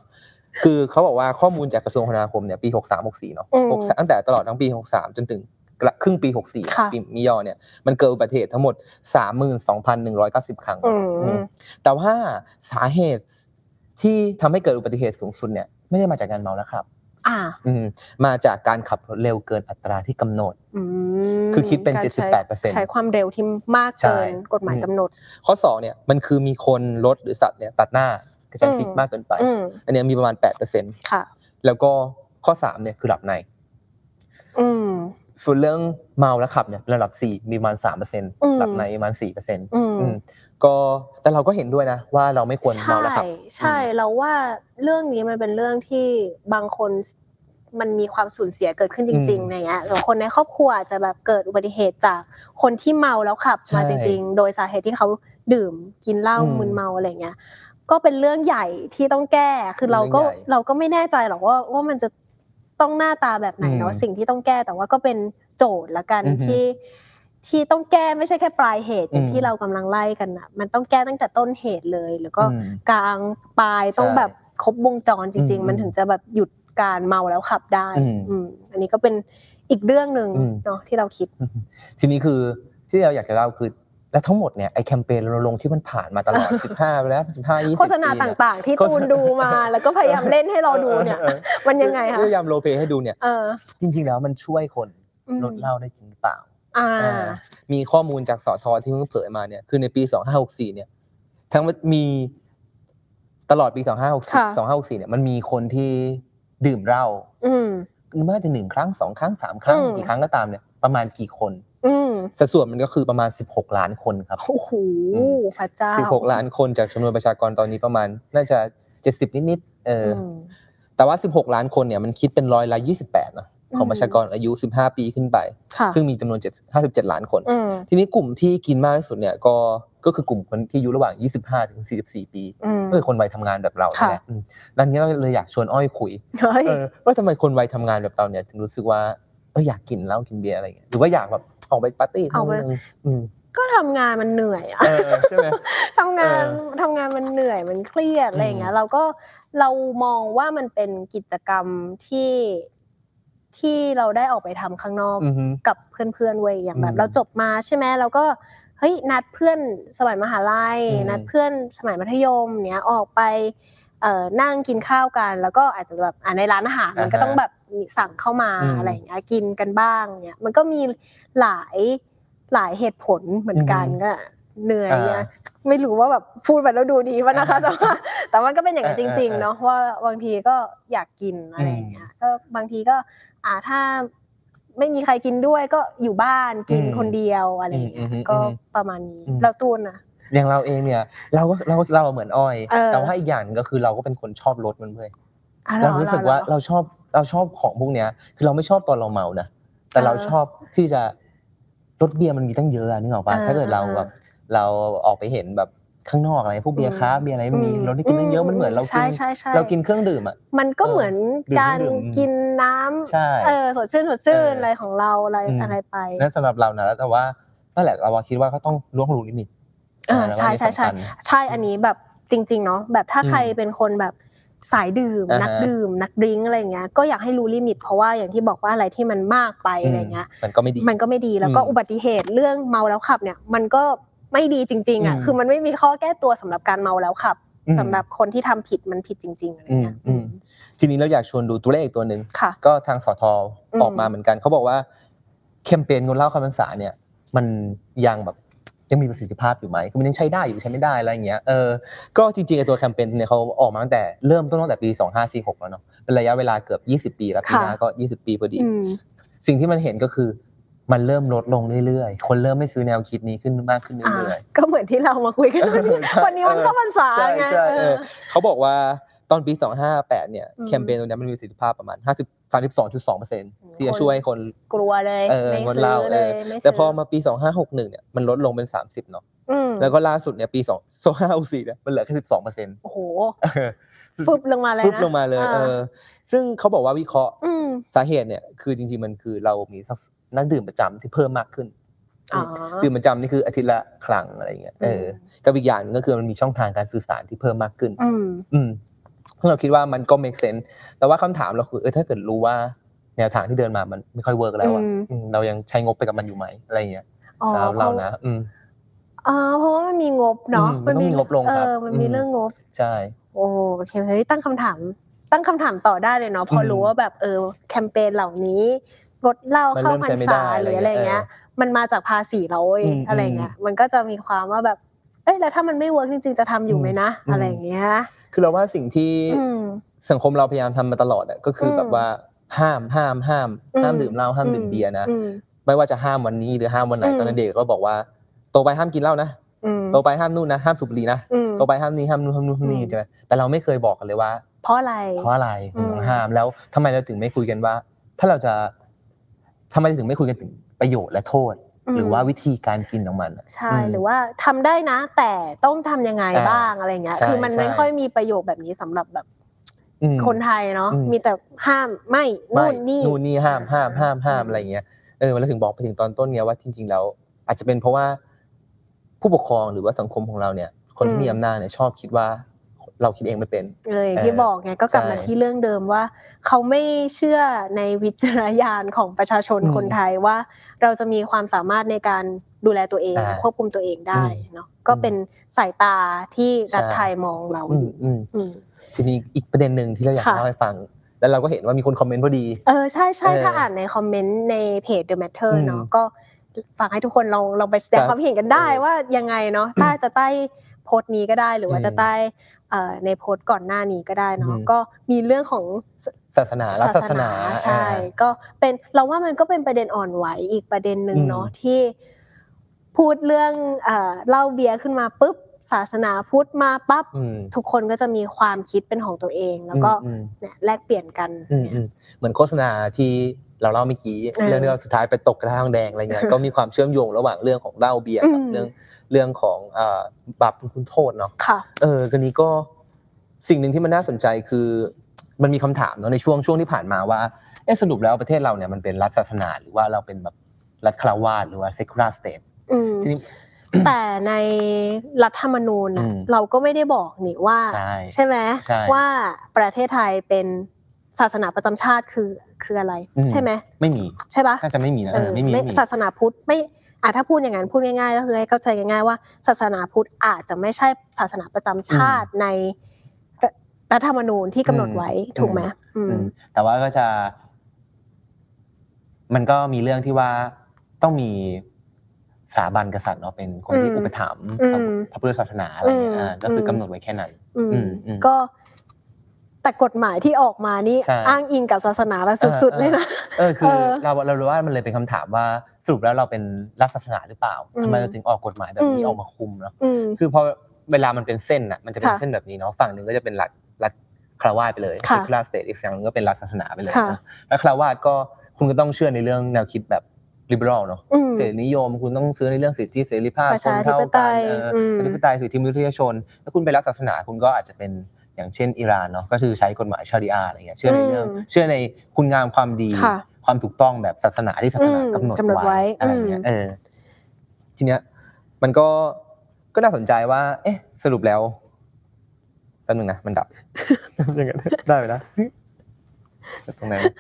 Speaker 4: คือเขาบอกว่าข้อมูลจากกระทรวงคมนาคมเนี่ยปี 63 64เนาะ
Speaker 3: อืม
Speaker 4: 63ตั้งแต่ตลอดทั้งปี 63 จนถึงกระครึ่งปี 64
Speaker 3: ค่ะ
Speaker 4: ปีมิยอเนี่ยมันเกิดอุบัติเหตุทั้งหมด 32,190 ครั้ง
Speaker 3: อืม
Speaker 4: แต่ว่าสาเหตุที่ทำให้เกิดอุบัติเหตุสูงสุดเนี่ยไม่ได้มาจากการเมาแล้วครับ
Speaker 3: อ่า
Speaker 4: อืมมาจากการขับรถเร็วเกินอัตราที่กำหนด
Speaker 3: อืม
Speaker 4: คือคิดเป็น
Speaker 3: การใช้
Speaker 4: 78%
Speaker 3: ใช้ความเร็วที่มาก
Speaker 4: ใช่
Speaker 3: เกินกฎหมาย
Speaker 4: อืม
Speaker 3: กำหนด
Speaker 4: ข้อ2เนี่ยมันคือมีคนรถหรือสัตว์เนี่ยตัดหน้ากระชั้นชิด
Speaker 3: อืม
Speaker 4: มากเกินไป
Speaker 3: อืม
Speaker 4: อันเนี้ยมีประมาณ 8%
Speaker 3: ค่ะ
Speaker 4: แล้วก็ข้อ3เนี่ยคือหลับใน
Speaker 3: อืม
Speaker 4: ส่วนเรื่องเมาแล้วขับเนี่ยระดับ 4 มีประมาณ 3%หลับในประมาณ 4%
Speaker 3: อืม
Speaker 4: อืมก็แต่เราก็เห็นด้วยนะว่าเราไม่ควรเมาแล้วขับ
Speaker 3: ใช่ใช่
Speaker 4: อืม
Speaker 3: เราว่าเรื่องนี้มันเป็นเรื่องที่บางคนมันมีความสูญเสียเกิดขึ้นจริง
Speaker 4: อืม
Speaker 3: ๆอะไรเงี้ยหรือคนในครอบครัวอาจจะแบบเกิดอุบัติเหตุจากคนที่เมาแล้วขับ
Speaker 4: ใช่
Speaker 3: มาจริง ๆ โดยสาเหตุที่เขาดื่มกินเหล้า
Speaker 4: อืม
Speaker 3: มึนเมาอะไรเงี้ยก็เป็นเรื่องใหญ่ที่ต้องแก้คือเราก็
Speaker 4: เรื่องใหญ่
Speaker 3: เราก็ไม่แน่ใจหรอกว่าว่ามันจะต้องหน้าตาแบบไหนเนาะ
Speaker 4: อืม
Speaker 3: สิ่งที่ต้องแก้แต่ว่าก็เป็นโจทย์ละกัน
Speaker 4: อือฮึ
Speaker 3: ที่ที่ต้องแก้ไม่ใช่แค่ปลายเหตุอย่าง
Speaker 4: อืม
Speaker 3: ที่เรากำลังไล่กันอะมันต้องแก้ตั้งแต่ต้นเหตุเลยแล้วก็
Speaker 4: อืม
Speaker 3: กลางปลายต้อง
Speaker 4: ใช่
Speaker 3: แบบครบวงจรจริง
Speaker 4: อืม
Speaker 3: ๆ มันถึงจะแบบหยุดการเมาแล้วขับได้
Speaker 4: อืม
Speaker 3: อืมอันนี้ก็เป็นอีกเรื่องหนึ่ง
Speaker 4: อืม
Speaker 3: เนาะที่เราคิด
Speaker 4: ทีนี้คือที่เราอยากจะเล่าคือและทั้งหมดเนี่ยไอแคมเปญรณรงค์ที่มันผ่านมาตล อด 15ไปแล้ว15 20
Speaker 3: โฆษณา
Speaker 4: ปีเนี่ย่
Speaker 3: ตางๆ ที่ตูนดูมา แล้วก็พยายามเล่นให้เราดูเนี่ย
Speaker 4: ออออออ
Speaker 3: มันยังไงคะ
Speaker 4: พยายามโรลเปให้ดูเนี่ย
Speaker 3: เออ
Speaker 4: จริง ๆ แล้วมันช่วยคน
Speaker 3: อืม
Speaker 4: ลดเหล้าได้จริงหรือเปล่า
Speaker 3: อ่า
Speaker 4: อ่ามีข้อมูลจากสอทอที่เพิ่งเผยมาเนี่ยคือในปี 2564 เนี่ย ทั้งมีตลอดปี
Speaker 3: ค่ะ
Speaker 4: 2564 2564เนี่ยมันมีคนที่ดื่มเหล้า
Speaker 3: อืม
Speaker 4: ไม่ว่าจะหนึ่งครั้งสองครั้งสามครั้ง
Speaker 3: อืม
Speaker 4: กี่ครั้งก็ตามเนี่ยประมาณกี่คน
Speaker 3: อืม
Speaker 4: สัดส่วนมันก็คือประมาณ 16 ล้านคนครับ
Speaker 3: โอ้โห
Speaker 4: อืม
Speaker 3: พระเจ้า
Speaker 4: 16 ล้านคนจากจำนวนประชากรตอนนี้ประมาณ น่าจะ 70 นิดๆเอออ
Speaker 3: ม
Speaker 4: แต่ว่า 16 ล้านคนเนี่ยมันคิดเป็นร้อยละ28นะของ
Speaker 3: อืม
Speaker 4: ประชากรอายุ 15 ปีขึ้นไป
Speaker 3: ค่ะ
Speaker 4: ซึ่งมีจำนวน7 57 ล้านคน
Speaker 3: อืม
Speaker 4: ทีนี้กลุ่มที่กินมากที่สุดเนี่ยก็ก็คือกลุ่มคนที่อายุระหว่าง 25 ถึง 44 ปี
Speaker 3: อืม
Speaker 4: ก็คือคนวัยทำงานแบบเรา
Speaker 3: ค่ะ
Speaker 4: แหละอืมดังนี้เราเลยอยากชวนอ้อยคุย
Speaker 3: เฮ้ย
Speaker 4: เออว่าทำไมคนวัยทำงานแบบเราเนี่ยถึงรู้สึกว่าเอออยากกินเหล้ากินเบียร์อะไรอย่างเงี้ยหรือว่าอยากแบบออกไปปาร์ตี้นิดนึงอืม
Speaker 3: ก็ทำงานมันเหนื่อยอะ
Speaker 4: เออใช่ไหม
Speaker 3: ทำงาน
Speaker 4: เออ
Speaker 3: ทำงานมันเหนื่อยมันเครียดอะไรอย่างเงี้
Speaker 4: อื
Speaker 3: ย
Speaker 4: ม
Speaker 3: เราก็เรามองว่ามันเป็นกิจกรรมที่ที่เราได้ออกไปทำข้างนอก
Speaker 4: อือฮึ
Speaker 3: กับเพื่อนๆเว้ยอย่างแบ
Speaker 4: อื
Speaker 3: บ
Speaker 4: ม
Speaker 3: เราจบมาใช่ไหมเราก็เฮ้ยนัดเพื่อนสมัยมหาลัย
Speaker 4: อืม
Speaker 3: นัดเพื่อนสมัยมัธยมเนี้ยออกไปเอ่อนั่งกินข้าวกัน แล้วก็อาจจะแบบอ่ะในร้านอาหารมันก็
Speaker 4: อ่าฮะ
Speaker 3: ต้องแบบมีสั่งเข้ามา
Speaker 4: อืม
Speaker 3: อะไรอย่างเงี้ยกินกันบ้างเนี้ยมันก็มีหลายหลายเหตุผลเหมือนกันก็เหนื่อย
Speaker 4: อ่า
Speaker 3: อะ ไม่รู้ว่าแบบพูดไปแล้วดูดีป่ะนะคะ แต่ว่าแต่มันก็เป็นอย่างนั้นจ
Speaker 4: เออเออ
Speaker 3: ริง ๆ เนาะว่าบางทีก็อยากกินอะไร
Speaker 4: อืม
Speaker 3: อย่างเงี้ยก็บางทีก็อ่าถ้าไม่มีใครกินด้วยก็อยู่บ้านกิน
Speaker 4: อืม
Speaker 3: คนเดียวอะไรอย่างเงี้ย
Speaker 4: อืมอืม
Speaker 3: ก็
Speaker 4: อืม
Speaker 3: ประมาณนี้
Speaker 4: อืม
Speaker 3: แล้วตูนอ่ะ
Speaker 4: อย่างเราเองเนี่ย เราก็เราเราเหมือนอ้อย
Speaker 3: เออ
Speaker 4: แต่ว่าอีกอย่างหนึ่งก็คือเราก็เป็นคนชอบรถมันเลย
Speaker 3: อ่ะหอ
Speaker 4: เรารู้สึกว่า
Speaker 3: หอ
Speaker 4: เราชอบเราชอบของพวกเนี้ย คือเราไม่ชอบตอนเราเมานะแต่เรา
Speaker 3: เออ
Speaker 4: ชอบที่จะรถเบียร์มันมีตั้งเยอะอะนึกออกปะ
Speaker 3: เออ
Speaker 4: ถ้าเกิดเรา
Speaker 3: เออ
Speaker 4: แบบเราออกไปเห็นแบบข้างนอกอะไรพวกเบียร์คราฟต์เบียร์อะไรมันมี
Speaker 3: อืม
Speaker 4: รถที่กินตั้งเยอะมันเหมือนเรากิ
Speaker 3: ใช่
Speaker 4: น
Speaker 3: ใช่ใช่
Speaker 4: เรากินเครื่องดื่มอ่ะ
Speaker 3: มันก็เหมือนการ
Speaker 4: เออดื่มๆ
Speaker 3: กินน้ำ
Speaker 4: ใช่
Speaker 3: เออสดชื่นสดชื่น
Speaker 4: เอออ
Speaker 3: อะไรของเราอะไร
Speaker 4: อืม
Speaker 3: อะไรไป
Speaker 4: นั่นสำหรับเรานะแต่ว่านั่นแหละเราว่าคิดว่าก็ต้องล้วงรู้ลิมิต
Speaker 3: เออ
Speaker 4: นะแล้ว
Speaker 3: ใช่
Speaker 4: ว่า
Speaker 3: ใช่ใช่
Speaker 4: สำคัญ
Speaker 3: ใช่อันนี้แบบจริงๆเนาะแบบถ้าใครเป็นคนแบบสายดื่ม
Speaker 4: อ่าฮะ
Speaker 3: นักดื่ม นักดริ้งก์อะไรอย่างเงี้ยก็อยากให้รู้ลิมิต เพราะว่าอย่างที่บอกว่าอะไรที่มันมากไปอะไรเงี้ย
Speaker 4: มมันก็ไม่ดี
Speaker 3: มันก็ไม่ดีแล้วก็
Speaker 4: อืม
Speaker 3: อุบัติเหตุเรื่องเมาแล้วขับเนี่ย มันก็ไม่ดีจริงๆอ่ะ
Speaker 4: อืม
Speaker 3: คือมันไม่มีข้อแก้ตัวสำหรับการเมาแล้วขับ
Speaker 4: อืม
Speaker 3: สำหรับคนที่ทำผิดมันผิดจริงๆอะไร
Speaker 4: อืม
Speaker 3: เงี้ย
Speaker 4: อืมทีนี้เราอยากชวนดูตัวเลขอีกตัวหนึ่ง
Speaker 3: ค่ะ
Speaker 4: ก็ทางสอทอ
Speaker 3: อืม
Speaker 4: ออกมาเหมือนกันเขาบอกว่าแคมเปญงดเหล้าคำพรรษาเนี่ย มันยังแบบยังมีประสิทธิภาพอยู่ไหมคือมันยังใช้ได้อยู่ใช้ไม่ได้อะไรอย่างเงี้ยเออก็จริงๆไอ้ตัวแคมเปญเนี่ยเขาออกมาตั้งแต่เริ่มต้นตั้งแต่ปี 2546 แล้วเนาะเป็นระยะเวลาเกือบ 20 ปีแล้วปีหน้าก็ 20 ปีพอดี
Speaker 3: อืม
Speaker 4: สิ่งที่มันเห็นก็คือมันเริ่มลดลงเรื่อยๆ คนเริ่มไม่ซื้อแนวคิดนี้ขึ้นมากขึ้นเรื่อย
Speaker 3: ก็เหมือนที่เรามาคุย กันวันนี้
Speaker 4: เออใช่
Speaker 3: วันนี้วันเข้าพรรษา
Speaker 4: เออ
Speaker 3: ไง
Speaker 4: ใช่
Speaker 3: เอ
Speaker 4: ใช่เอ
Speaker 3: อ
Speaker 4: อ ๆ เขาบอกว่าตอนปี 258 เนี่ย
Speaker 3: อืม
Speaker 4: แคมเปญตัวเนี้ยมันมีประสิทธิภาพประมาณ 50 32.2%ที่จะช่วยให้คน
Speaker 3: กลัวเลย
Speaker 4: เออ
Speaker 3: ไม่
Speaker 4: งด
Speaker 3: ซื้
Speaker 4: เหล้า
Speaker 3: อเลย
Speaker 4: เ
Speaker 3: ไม่ซื้
Speaker 4: แต่พอมาปี 2561 เนี่ยมันลดลงเป็น 30 เนาะ
Speaker 3: อืม
Speaker 4: แล้วก็ล่าสุดเนี่ยปี2 2564เนี่ยมันเหลือแค่12%
Speaker 3: โอ้โห
Speaker 4: เออ
Speaker 3: ฟึบลงมาเลยนะ
Speaker 4: ฟึบลงมาเลยเออซึ่งเขาบอกว่าวิเคราะห์
Speaker 3: อืม
Speaker 4: สาเหตุเนี่ยคือจริงๆมันคือเรามีนักดื่มประจำที่เพิ่มมากขึ้น
Speaker 3: อ๋อ
Speaker 4: ดื่มประจำนี่คืออาทิตย์ละครั้งอะไรอย่างเงี้ย เออ
Speaker 3: ม
Speaker 4: อกับอีกอย่างหนึงก็คือมันมีช่องทางการสื่อสารที่เพิ่มมากขึ้น
Speaker 3: อืม
Speaker 4: อืมซึ่งเราคิดว่ามันก็ make sense แต่ว่าคำถามเราคือ เออ ถ้าเกิดรู้ว่าแนวทางที่เดินมามันไม่ค่อยเวิร์กแล้วอ่ะ
Speaker 3: อืม
Speaker 4: อืมเรายังใช้งบไปกับมันอยู่ไหมอะไรอย่างเงี้ย
Speaker 3: อ๋อ
Speaker 4: สำหรับ
Speaker 3: เพ
Speaker 4: เรา
Speaker 3: ราะ
Speaker 4: นะ อืม
Speaker 3: อ๋อเพราะว่ามันมีงบเนาะ
Speaker 4: อืมมันต้องมีงบลง
Speaker 3: เอ
Speaker 4: ครับ
Speaker 3: อมันมี
Speaker 4: อืม
Speaker 3: เรื่องงบ
Speaker 4: ใช่
Speaker 3: โอ้โอเคเฮ้ยตั้งคำถาม ตั้งคำถามต่อได้เลยเนาะพอ
Speaker 4: ม
Speaker 3: รู้ว่าแบบเออแคมเปญเหล่านี้งดเหล้า
Speaker 4: มัน
Speaker 3: เข้า
Speaker 4: เริ่ม
Speaker 3: พร
Speaker 4: ใช้
Speaker 3: ร
Speaker 4: ไม่
Speaker 3: ษา
Speaker 4: ได้
Speaker 3: หรืออะไรเงี้ย
Speaker 4: เอ
Speaker 3: มันมาจากภาษีเราเว้ย
Speaker 4: อืม
Speaker 3: อะไรเงี้ยมันก็จะมีความว่าแบบ เอ้ยแล้วถ้ามันไม่เวิร์กจริงๆจะทำอยู่ไหมนะ
Speaker 4: อืม
Speaker 3: อะไรอย่างเงี้ย
Speaker 4: คือเราว่าสิ่งที่
Speaker 3: อืม
Speaker 4: สังคมเราพยายามทำมาตลอดอะก็คืออ
Speaker 3: ม
Speaker 4: แบบว่าห้ามห้ามห้าม
Speaker 3: อืม
Speaker 4: ห้ามดื่มเหล้าห้ามดื่มเบียร์นะ
Speaker 3: อืม
Speaker 4: ไม่ว่าจะห้ามวันนี้หรือห้ามวันไหน
Speaker 3: อืม
Speaker 4: ตอนนนเด็กก็บอกว่าโตไปห้ามกินเหล้านะ
Speaker 3: อืม
Speaker 4: โตไปห้ามนู่นนะห้ามสูบบุหรี่นะ
Speaker 3: อืม
Speaker 4: โตไปห้ามนี้ห้ามนู่นห้ามนู่นห้ามนี่
Speaker 3: อืม
Speaker 4: ใช่ไหมแต่เราไม่เคยบอกกันเลยว่า
Speaker 3: เพราะอะไร
Speaker 4: เพราะอะไรถึงต้อ
Speaker 3: อื
Speaker 4: ง
Speaker 3: ม
Speaker 4: ห้ามแล้วทำไมเราถึงไม่คุยกันว่า ถ้าเราจะทำไมเราถึงไม่คุยกันถึงประโยชน์และโทษ
Speaker 3: ม
Speaker 4: หรือว่าวิธีการกินของมันอะ
Speaker 3: ใช่
Speaker 4: อืม
Speaker 3: หรือว่าทำได้นะ แต่ต้องทำยังไง
Speaker 4: อ่า
Speaker 3: บ้างอะไรเงี้ย
Speaker 4: ใช่
Speaker 3: คือมัน
Speaker 4: ใช่
Speaker 3: ไม่ค่อยมีประโยคแบบนี้สำหรับแบบ
Speaker 4: อืม
Speaker 3: คนไทยเนาะ
Speaker 4: อืม
Speaker 3: มีแต่ห้ามไม่
Speaker 4: ไม่
Speaker 3: นู่นนี่
Speaker 4: นู่นนี่ห้ามห้ามห้ามห้าม
Speaker 3: อืม
Speaker 4: อะไรอย่างเงี้ยเออเราถึงบอกไปถึงตอนต้นเนี้ยว่าจริง ๆ แล้ว อาจจะเป็นเพราะว่าผู้ปกครองหรือว่าสังคมของเราเนี่ย คนที่มีอำนาจเนี่ยชอบคิดว่าเราคิดเองไม่เป็น
Speaker 3: เลยางที่
Speaker 4: เออ
Speaker 3: บอกไงก็กลับมา
Speaker 4: ใช่
Speaker 3: ที่เรื่องเดิมว่า เขาไม่เชื่อในวิจารณญาณของประชาชน
Speaker 4: อืม
Speaker 3: คนไทยว่า เราจะมีความสามารถในการดูแลตัวเอง
Speaker 4: อ่า
Speaker 3: ควบคุมตัวเองได้
Speaker 4: อืม
Speaker 3: เนาะก็เป็นสายตาที่รัฐ
Speaker 4: ใช่
Speaker 3: ไทยมองเรา
Speaker 4: อื
Speaker 3: อ
Speaker 4: ม
Speaker 3: ยู่
Speaker 4: อืม
Speaker 3: อืม
Speaker 4: ทีนี้อีกประเด็นหนึ่งที่เราอยาก
Speaker 3: ค่ะ
Speaker 4: เล่าให้ฟัง แล้วเราก็เห็นว่ามีคนคอมเมนต์พอดี
Speaker 3: เออใช่ใช่
Speaker 4: เออ
Speaker 3: ถ้าอ่านในคอมเมนต์ในเพจ The Matter
Speaker 4: อืม
Speaker 3: เนาะก็ฝากให้ทุกคนลองลองไปแสดง
Speaker 4: ครับ
Speaker 3: ความเห็นกันได้
Speaker 4: เออ
Speaker 3: ว่ายังไงเนาะใต้จะใต้โพสต์นี้ก็ได้หรือว่า
Speaker 4: อืม
Speaker 3: จะใต้เอ่อในโพสต์ก่อนหน้านี้ก็ได้เนาะ
Speaker 4: อืม
Speaker 3: ก็มีเรื่องของ
Speaker 4: ศาสนารักศาสนา
Speaker 3: ใช่
Speaker 4: อ่า
Speaker 3: ก็เป็นเราว่ามันก็เป็นประเด็นอ่อนไหวอีกประเด็นหนึ่ง
Speaker 4: อืม
Speaker 3: เนาะที่ พูดเรื่องเอ่อเหล้าเบียร์ขึ้นมาปุ๊บ ศาสนาพุทธมาปั๊บ
Speaker 4: อืม
Speaker 3: ทุกคนก็จะมีความคิดเป็นของตัวเอง แล้วก็
Speaker 4: อืมอืม
Speaker 3: เนี่ยแลกเปลี่ยนกัน
Speaker 4: อืมอืมเหมือนโฆษณาที่เราเล่าเมื่อกี้
Speaker 3: เออ
Speaker 4: เรื่องที่เราสุดท้ายไปตกกระทะทองแดงอะไรเงี้ย ก็มีความเชื่อมโยงระหว่างเรื่องของเหล้าเบียร์กั
Speaker 3: อื
Speaker 4: บ
Speaker 3: ม
Speaker 4: เรื่องเรื่องของเอ่อบาปบุญคุณโทษเนาะ
Speaker 3: ค่ะ
Speaker 4: เออกันนี้ก็สิ่งหนึ่งที่มันน่าสนใจคือ มันมีคำถามเนาะในช่วงช่วงที่ผ่านมาว่าเอะสรุปแล้วประเทศเราเนี่ยมันเป็นรัฐศาสนา หรือว่าเราเป็นแบบรัฐคราวาสหรือว่า secular state
Speaker 3: อืม
Speaker 4: ทีนี้
Speaker 3: แต่ในรัฐธรรมนูญน่ะ
Speaker 4: อืม
Speaker 3: เราก็ไม่ได้บอกนี่ว่า
Speaker 4: ใช่
Speaker 3: ใช่ไหม
Speaker 4: ใช่
Speaker 3: ว่าประเทศไทยเป็นศาสนาประจำชาติคือคืออะไร
Speaker 4: อืม
Speaker 3: ใช่ไหม
Speaker 4: ไม่มี
Speaker 3: ใช่ปะ
Speaker 4: น่าจะไม่มีนะ
Speaker 3: เอ
Speaker 4: เอ
Speaker 3: อ
Speaker 4: อไม่มี
Speaker 3: ไม่
Speaker 4: ไม่มี
Speaker 3: ศาสนาพุทธไม่อ่ะถ้าพูดอย่างนั้นพูดง่ายๆ ก็คือให้เข้าใจง่ายๆว่า ศาสนาพุทธอาจจะไม่ใช่ศาสนาประจำชาติในรัฐรัฐธรรมนูญที่กำหนดไว้
Speaker 4: อืม
Speaker 3: ถูกไหมอืม
Speaker 4: อืมแต่ว่าก็จะ มันก็มีเรื่องที่ว่าต้องมี สถาบันกษัตริย์เนาะเป็นคนที่
Speaker 3: อืม
Speaker 4: อุปถัมภ์
Speaker 3: อืม
Speaker 4: พระพุทธศาสนาอะไรเงี้ย
Speaker 3: อืม
Speaker 4: อ่าก็คืออ
Speaker 3: ม
Speaker 4: กำหนดไว้แค่นั้น
Speaker 3: อืม
Speaker 4: อืมอืม
Speaker 3: ก็แต่กฎหมายที่ออกมานี่
Speaker 4: ใช่
Speaker 3: อ้างอิงกับศาสนาแบบสุดๆ
Speaker 4: เออ
Speaker 3: เลยนะ
Speaker 4: เออคือ
Speaker 3: เออ
Speaker 4: เราเรารู้ว่ามันเลยเป็นคำถามว่าสรุปแล้วเราเป็นรัฐศาสนาหรือเปล่า
Speaker 3: อืม
Speaker 4: ทำไมเราถึงออกกฎหมายแบบนี้
Speaker 3: อืม
Speaker 4: ออกมาคุมเนาะ
Speaker 3: อืม
Speaker 4: คือพอเวลามันเป็นเส้นอ่ะมันจะเป็น
Speaker 3: ค่ะ
Speaker 4: เส้นแบบนี้เนาะฝั่งหนึ่งก็จะเป็นรัฐรัฐคารวาสไปเลย
Speaker 3: ค่ะ
Speaker 4: คลาสเตทอีกฝั่งหนึงก็เป็นรัฐศาสนาไปเลย
Speaker 3: ค่ะ
Speaker 4: นะแล้วคารวาสก็คุณก็ต้องเชื่อในเรื่องแนวคิดแบบลิเบอรัลเนาะ
Speaker 3: อืม
Speaker 4: เสรีนิยมคุณต้องซื้อในเรื่องสิทธิเสรีภาพ
Speaker 3: ประ
Speaker 4: คน
Speaker 3: ชาธิ
Speaker 4: เท่า
Speaker 3: ปไต
Speaker 4: กัน
Speaker 3: ย
Speaker 4: เอออ
Speaker 3: ม
Speaker 4: ประชาธิปไตยสิทธิมนุษยชนถ้าคุณไปรัฐศาสนาคุณก็อาจจะเป็นอย่างเช่นอิหร่านเนาะก็คือใช้กฎหมายชาริอาอะไรเงี้ยเชื่อในเรื่อง
Speaker 3: อืม
Speaker 4: เชื่อในคุณงามความดี
Speaker 3: ค่ะ
Speaker 4: ความถูกต้องแบบศาสนาที่ศาสนา
Speaker 3: อืม
Speaker 4: กำหนด
Speaker 3: กำหนดไว้
Speaker 4: ไว้อะไรเงี้
Speaker 3: อื
Speaker 4: ย
Speaker 3: ม
Speaker 4: เออ ทีเนี้ยมันก็ก็น่าสนใจว่า เอ๊ะ สรุปแล้วแป๊บนึงนะ มัน ดับ ยังไงได้ไหมนะตรงไหนวะ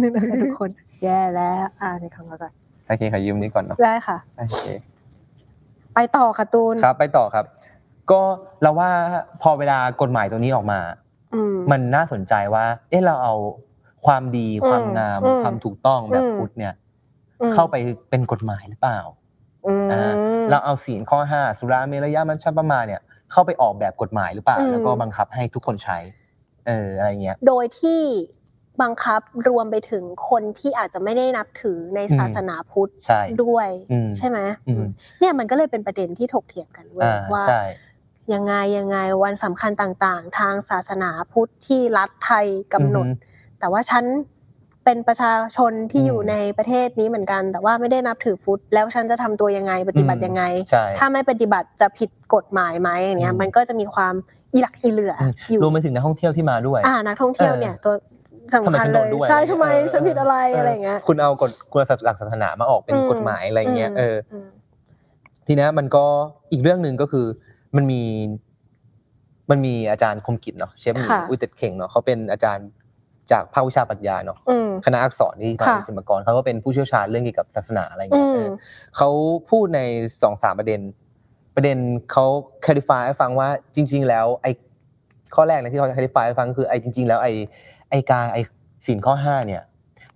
Speaker 3: นึกนะคะทุกคน แย่แล้วอ่านคำก่อน
Speaker 4: โอเคขอยืมนี้ก่อนเนาะ
Speaker 3: ได้ค่ะ
Speaker 4: โอเค
Speaker 3: ไปต่อการ์ตูน
Speaker 4: ครับ ไปต่อครับ ก็เราว่าพอเวลากฎหมายตัวนี้ออกมา
Speaker 3: อืม
Speaker 4: มันน่าสนใจว่า เอ๊ะ เราเอาความดี
Speaker 3: อืม
Speaker 4: ความงาม
Speaker 3: อืม
Speaker 4: ความถูกต้องแบบ
Speaker 3: อืม
Speaker 4: พุทธเนี่ย
Speaker 3: อืม
Speaker 4: เข้าไปเป็นกฎหมายหรือเปล่า
Speaker 3: อืม
Speaker 4: อ่าเราเอาศีลข้อ 5 สุราเมรยามัญชประมาเนี่ย เข้าไปออกแบบกฎหมายหรือเปล่า
Speaker 3: อืม
Speaker 4: แล้วก็บังคับให้ทุกคนใช้ เอออะไรเงี้ย
Speaker 3: โดยที่บังคับรวมไปถึงคนที่อาจจะไม่ได้นับถือใน
Speaker 4: อืม
Speaker 3: ศาสนาพุทธ
Speaker 4: ใช่
Speaker 3: ด้วย
Speaker 4: อืม
Speaker 3: ใช่ไหม
Speaker 4: อืม
Speaker 3: เนี่ยมันก็เลยเป็นประเด็นที่ถกเถียงกันเว้ย
Speaker 4: อ่า
Speaker 3: ว่า
Speaker 4: ใช่
Speaker 3: ยังไงยังไงวันสำคัญต่างๆ ทางศาสนาพุทธที่รัฐไทยกำหนด
Speaker 4: อือฮึ
Speaker 3: แต่ว่าฉันเป็นประชาชนที่อยู่
Speaker 4: อืม
Speaker 3: ในประเทศนี้เหมือนกัน แต่ว่าไม่ได้นับถือพุทธแล้วฉันจะทำตัวยังไงปฏิบัติยังไง
Speaker 4: ใช่
Speaker 3: ถ้าไม่ปฏิบัติจะผิดกฎหมายไหมอย่างเงี้ย
Speaker 4: อืม
Speaker 3: มันก็จะมีความอีหลักอีเหลือ
Speaker 4: อืม
Speaker 3: อยู่
Speaker 4: รวมไปถึงนักท่องเที่ยวที่มาด้วย
Speaker 3: อ่านักท่องเที่ยว
Speaker 4: เออ
Speaker 3: เนี่ยตัว
Speaker 4: ทำไม
Speaker 3: สำคัญ
Speaker 4: ฉัน
Speaker 3: เล
Speaker 4: โดน
Speaker 3: ย
Speaker 4: ด้วย
Speaker 3: ใช่ทำไม
Speaker 4: เออ
Speaker 3: ฉันผิดอะไร
Speaker 4: เ
Speaker 3: อะไรอย่างเงี้ย
Speaker 4: คุณเอากฎคุณเอาหลักศาสนามาออกเป็น
Speaker 3: อืม
Speaker 4: กฎหมายอะไรเงี้ย เออ
Speaker 3: ม
Speaker 4: ทีเนี้ยมันก็อีกเรื่องหนึ่งก็คือมันมีมันมีอาจารย์คมกิจเนาะเชฟหมี
Speaker 3: ค่ะ
Speaker 4: อุยเต็ดเข่งเนาะเขาเป็นอาจารย์จากภาควิชาปรัชญาเนาะ
Speaker 3: อืม
Speaker 4: คณะอักษรที่มหาวิทยาลัย
Speaker 3: ค่ะ
Speaker 4: ศิลปากรเขาก็เป็นผู้เชี่ยวชาญเรื่องเกี่ยวกับศาสนาอะไร
Speaker 3: อื
Speaker 4: เงี้ย
Speaker 3: ม
Speaker 4: เออเขาพูดในสองสามประเด็น ประเด็นเขาค l ิฟายให้ฟังว่าจริง ๆ แล้วไอ้ข้อแรกนะที่เขาค l ิฟายให้ฟังก็คือไอ้จริง ๆ แล้วไอ้ไอ้การไอ้สินข้อห้าเนี่ย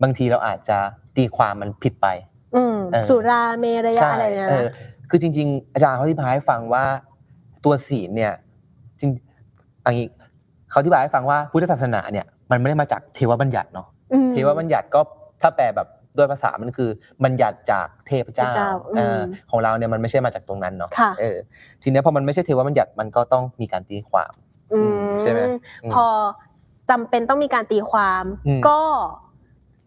Speaker 4: บางทีเราอาจจะตีความมันผิดไป
Speaker 3: อืม
Speaker 4: เออ
Speaker 3: สุราเมรยะอะไรเนี่ย
Speaker 4: เออ
Speaker 3: นะ
Speaker 4: คือจริง ๆ อาจารย์เขาอธิบายให้ฟังว่าตัวศีลเนี่ยจริงอันนี้เขาอธิบายให้ฟังว่าพุทธศาสนาเนี่ยมันไม่ได้มาจากเทวบัญญัติเนาะ
Speaker 3: ม
Speaker 4: เทวบัญญัติก็ถ้าแปลแบบด้วยภาษามันคือบัญญัติจากเทพเจ้า
Speaker 3: เทพเจ้าอืม
Speaker 4: เออของเราเนี่ยมันไม่ใช่มาจากตรงนั้นเนาะ
Speaker 3: ค่ะ
Speaker 4: เออทีเนี้ยพอมันไม่ใช่เทวบัญญัติมันก็ต้องมีการตีความ
Speaker 3: อืม
Speaker 4: ใช่ไหม
Speaker 3: พอจำเป็นต้องมีการตีความ
Speaker 4: อืม
Speaker 3: ก็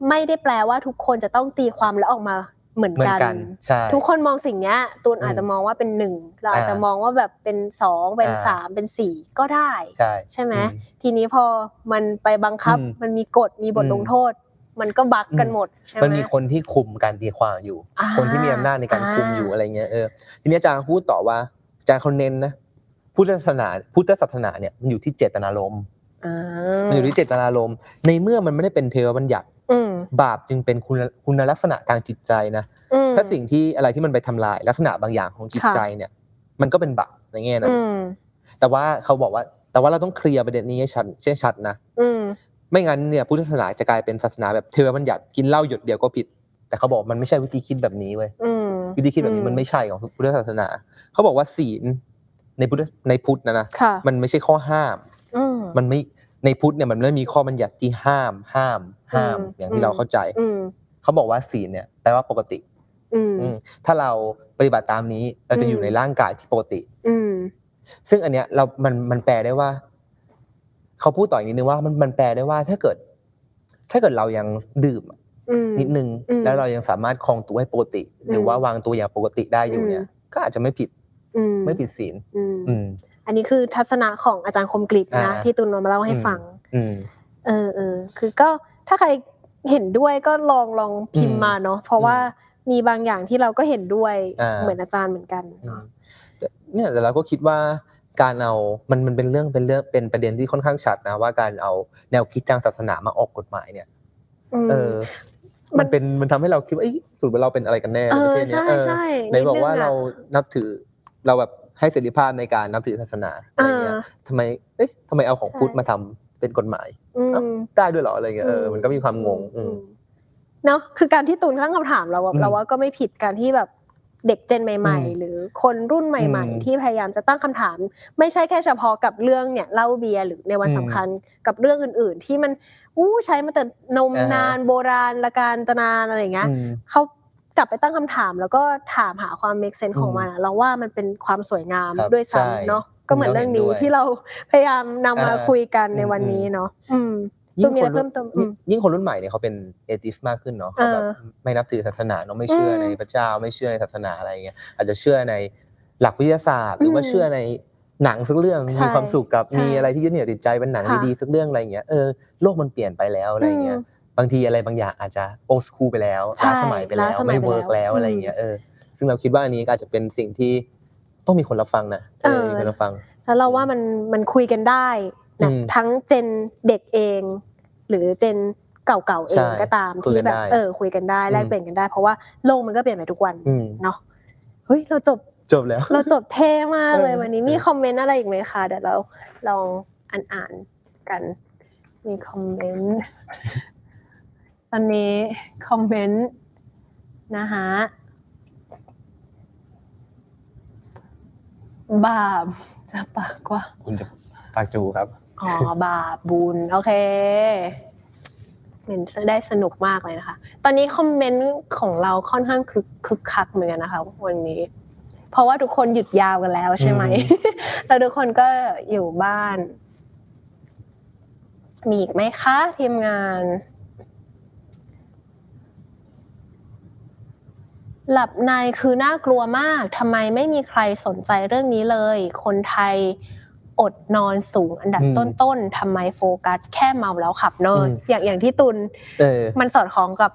Speaker 3: ไม่ได้แปลว่าทุกคนจะต้องตีความแล้วออกมาเหมือน
Speaker 4: เหมือน
Speaker 3: กัน
Speaker 4: กันใช่
Speaker 3: ทุกคนมองสิ่งเนี้ยตูน
Speaker 4: อืม
Speaker 3: อาจจะมองว่าเป็นหนึ่งเราอาจจะ
Speaker 4: อ่าม
Speaker 3: มองว่าแบบเป็นสองเป็น
Speaker 4: อ่า
Speaker 3: สามเป็นสี่ก็ได้
Speaker 4: ใช่
Speaker 3: ใช่ไหม
Speaker 4: อื
Speaker 3: ทีนี้พอมันไปบังคับ
Speaker 4: อืม
Speaker 3: มันมีกฎมีบท
Speaker 4: อืม
Speaker 3: ลงโทษ มันก็บักกัน
Speaker 4: อืม
Speaker 3: หมดใช่ไหม
Speaker 4: มันมีคนที่คุมการตีความอยู่
Speaker 3: อ่า
Speaker 4: คนที่มีอำนาจในการคุมอยู่
Speaker 3: อ่า
Speaker 4: อะไรเงี้ยเออทีนี้อาจารย์พูดต่อว่าอาจารย์เขาเน้นนะพุทธศาสนาพุทธศาสนาเนี่ยมันอยู่ที่เจตนารมณ์
Speaker 3: อ่า
Speaker 4: มันอยู่ที่เจตนารมณ์ในเมื่อมันไม่ได้เป็นเทวบัญญัติ
Speaker 3: อืม
Speaker 4: บาปจึงเป็นคุณคุณลักษณะทางจิตใจนะ
Speaker 3: อืม
Speaker 4: ถ้าสิ่งที่อะไรที่มันไปทำลายลักษณะบางอย่างของจิต
Speaker 3: ค่ะ
Speaker 4: ใจเนี่ย มันก็เป็นบาปในแง่นั้น
Speaker 3: อืม
Speaker 4: แต่ว่าเขาบอกว่าแต่ว่าเราต้องเคลียร์ประเด็นนี้ให้ชัดเช่นชัดนะ
Speaker 3: อืม
Speaker 4: ไม่งั้นเนี่ยพุทธศาสนาจะกลายเป็นศาสนาแบบเทวบัญญัติกินเหล้าหยดเดียวก็ผิด แต่เขาบอกมันไม่ใช่วิธีคิดแบบนี้เว้ย
Speaker 3: อืม
Speaker 4: วิธีคิดแบบนี้
Speaker 3: อืม
Speaker 4: มันไม่ใช่ของพุทธศาสนา เขาบอกว่าศีลในพุทธในพุทธนะนะ
Speaker 3: ค่ะ
Speaker 4: มันไม่ใช่ข้อห้าม
Speaker 3: อืม
Speaker 4: มันไม่ในพุทธเนี่ยมันไม่มีข้อบัญญัติที่ห้าม ห้าม ห้าม
Speaker 3: อืม
Speaker 4: อย่างที่เรา
Speaker 3: อืม
Speaker 4: เข้าใจ
Speaker 3: อืม
Speaker 4: เขาบอกว่าศีลเนี่ยแปลว่าปกติ
Speaker 3: อืม
Speaker 4: อืมถ้าเราปฏิบัติตามนี้เราจะ
Speaker 3: อืม
Speaker 4: อยู่ในร่างกายที่ปกติ
Speaker 3: อืม
Speaker 4: ซึ่งอันเนี้ยเรามันมันแปลได้ว่า เขาพูดต่ออีกนิดนึงว่ามันมันแปลได้ว่าถ้าเกิด ถ้าเกิดเรายังดื่ม
Speaker 3: อืม
Speaker 4: นิดนึง
Speaker 3: อืม
Speaker 4: แล้วเรายังสามารถคลองตัวให้ปกติ หรือ
Speaker 3: ม
Speaker 4: ว่าวางตัวอย่างปกติได้อยู่เนี่ย
Speaker 3: อื
Speaker 4: ก็อาจจะไม่ผิด
Speaker 3: อืม
Speaker 4: ไม่ผิดศีล
Speaker 3: อืม
Speaker 4: อืม
Speaker 3: อันนี้คือทัศนะของอาจารย์คมกริตนะ
Speaker 4: อ่า
Speaker 3: ที่ตุนมาเล่าให้
Speaker 4: อืม
Speaker 3: ฟัง
Speaker 4: อืม
Speaker 3: เออเออคือก็ถ้าใครเห็นด้วยก็ลองลองพิมพ์
Speaker 4: อืม
Speaker 3: มาเนาะเพราะว่ามีบางอย่างที่เราก็เห็นด้วย
Speaker 4: อ่า
Speaker 3: เหมือนอาจารย์เหมือนกันเนาะ
Speaker 4: แต่เนี่ยแต่เราก็คิดว่าการเอามันมันเป็นเรื่องเป็นเรื่องเป็นประเด็นที่ค่อนข้างชัดนะว่าการเอาแนวคิดทางศาสนามาออกกฎหมายเนี่ย เออ
Speaker 3: มั
Speaker 4: มัน
Speaker 3: น
Speaker 4: เป็นมันทำให้เราคิดว่าเอ้ยสรุดว่าเราเป็นอะไรกันแน่
Speaker 3: เอ
Speaker 4: ในป
Speaker 3: อ
Speaker 4: ระเทศเนี้ย
Speaker 3: ใช่
Speaker 4: เออ
Speaker 3: ใช่
Speaker 4: ไหนบอกว่าเรา
Speaker 3: นิดนึงอะ
Speaker 4: นับถือเราแบบให้เสรีภาพในการนับถือศาสนาอะไรเงี้ย
Speaker 3: อ่า
Speaker 4: ทำไมเอ๊ะทำไมเอาของ
Speaker 3: ใช่
Speaker 4: พุทธมาทำเป็นกฎหมาย
Speaker 3: อืม
Speaker 4: ได้ด้วยเหรออะไรเงี้ยเออ
Speaker 3: อืม
Speaker 4: มันก็มีความงงอืม
Speaker 3: เนาะคือการที่ตูนตั้งคำถามเราอะ
Speaker 4: อืม
Speaker 3: เราว่าก็ไม่ผิดการที่แบบ เด็กเจนใหม่
Speaker 4: อืม
Speaker 3: ๆ หรือคนรุ่นใหม่
Speaker 4: อืม
Speaker 3: ๆ ที่พยายามจะตั้งคำถาม ไม่ใช่แค่เฉพาะกับเรื่องเนี่ยเหล้าเบียร์หรือในวัน
Speaker 4: อืม
Speaker 3: สำคัญกับเรื่องอื่น ๆ ที่มันอู้ใช้มาแต่นม
Speaker 4: อ่าฮะ
Speaker 3: นานโบราณละการตนานอะไรอย่างเงี้ย
Speaker 4: อืม
Speaker 3: เขากลับไปตั้งคำถามแล้วก็ถามหาความ make sense ของมันอะเราว่ามันเป็นความสวยงาม
Speaker 4: ครับ
Speaker 3: ด้วย
Speaker 4: ใช่
Speaker 3: ซ้ำเนาะก็เหมือนเรื่องนี้
Speaker 4: เราเห็นด้วย
Speaker 3: ที่เราพยายามนำมา
Speaker 4: อ่า
Speaker 3: คุยกันใน
Speaker 4: อืม
Speaker 3: วันนี้เนาะอืม
Speaker 4: ยิ่ง
Speaker 3: มี
Speaker 4: ค
Speaker 3: อะไร
Speaker 4: น
Speaker 3: เพิ่
Speaker 4: รุ่น
Speaker 3: มเติม
Speaker 4: ยิ่
Speaker 3: อื
Speaker 4: ง
Speaker 3: ม
Speaker 4: ยิ่งคนรุ่นใหม่เนี่ยเขาเป็นเอติสมากขึ้นเนาะเขาแบบ
Speaker 3: เออ
Speaker 4: ไม่นับถือศาสนาเนาะไม่เชื่ออ
Speaker 3: ม
Speaker 4: ในพระเจ้าไม่เชื่อในศาสนาอะไรเงี้ยอาจจะเชื่อในหลักวิทยาศาสตร์ หรือว่า
Speaker 3: อืม
Speaker 4: เชื่อในหนังสักเรื่อง
Speaker 3: ใช่
Speaker 4: มีความสุขกับ
Speaker 3: ใช่
Speaker 4: มีอะไรที่ยึดเหนี่ยวจิตใจเป็นหนัง
Speaker 3: ค่ะ
Speaker 4: ดีๆสักเรื่องอะไรเงี้ยเออโลกมันเปลี่ยนไปแล้วอะไรเงี้ย
Speaker 3: อืม
Speaker 4: บางทีอะไรบางอย่างอาจจะโอสคูไปแล้ว
Speaker 3: ใช่
Speaker 4: ล้าสมัยไปแล้
Speaker 3: ล้าว สมัย
Speaker 4: ไม่
Speaker 3: ไป
Speaker 4: เวิร์ก
Speaker 3: แล้
Speaker 4: แล้ว
Speaker 3: ว
Speaker 4: อะไรเงี้ยเออซึ่งเราคิดว่าอันนี้ก็อาจจะเป็นสิ่งที่ต้องมีคนรับฟังนะเออ
Speaker 3: เออ
Speaker 4: มีคนรับฟัง
Speaker 3: แล้วเราว่ามันมันคุยกันได้นะ
Speaker 4: อืม
Speaker 3: ทั้งเจนเด็กเอง หรือเจนเก่าๆเอง
Speaker 4: ใช่
Speaker 3: ก็ตาม
Speaker 4: คุย
Speaker 3: ที่
Speaker 4: กัน
Speaker 3: แบบ
Speaker 4: ได้
Speaker 3: เออคุยกันได้แล
Speaker 4: อื
Speaker 3: ก
Speaker 4: ม
Speaker 3: เปลี่ยนกันได้ เพราะว่าโลกมันก็เปลี่ยนไปทุกวัน
Speaker 4: อืม
Speaker 3: เนาะเฮ้ยเราจบ
Speaker 4: จบแล้ว
Speaker 3: เราจบเท่มากเลย
Speaker 4: เออ
Speaker 3: วันนี้มีคอมเมนต์อะไรอีกไหมคะเดี๋ยวเราลองอ่านอ่านๆกัน มีคอมเมนต์ ตอนนี้คอมเมนต์นะคะบาปจะปากกว่า
Speaker 4: คุณจะฝากจูครับ
Speaker 3: อ๋อบาปบุญโอเคเมนได้สนุกมากเลยนะคะ ตอนนี้คอมเมนต์ของเราค่อนข้างคึกคึกคักเหมือนกันนะคะวันนี้ เพราะว่าทุกคนหยุดยาวกันแล้วใช่ไหม
Speaker 4: อื
Speaker 3: แล้วทุกคนก็อยู่บ้าน มีอีกไหมคะทีมงาน หลับในคือน่ากลัวมากทำไมไม่มีใครสนใจเรื่องนี้เลย คนไทยอดนอนสูงอันดับ
Speaker 4: อืม
Speaker 3: ต้นๆทำไมโฟกัสแค่เมาแล้วขับเนอะ
Speaker 4: อืม
Speaker 3: อย่างอย่างที่ตุน
Speaker 4: เออ
Speaker 3: มันสอดคล้องกับ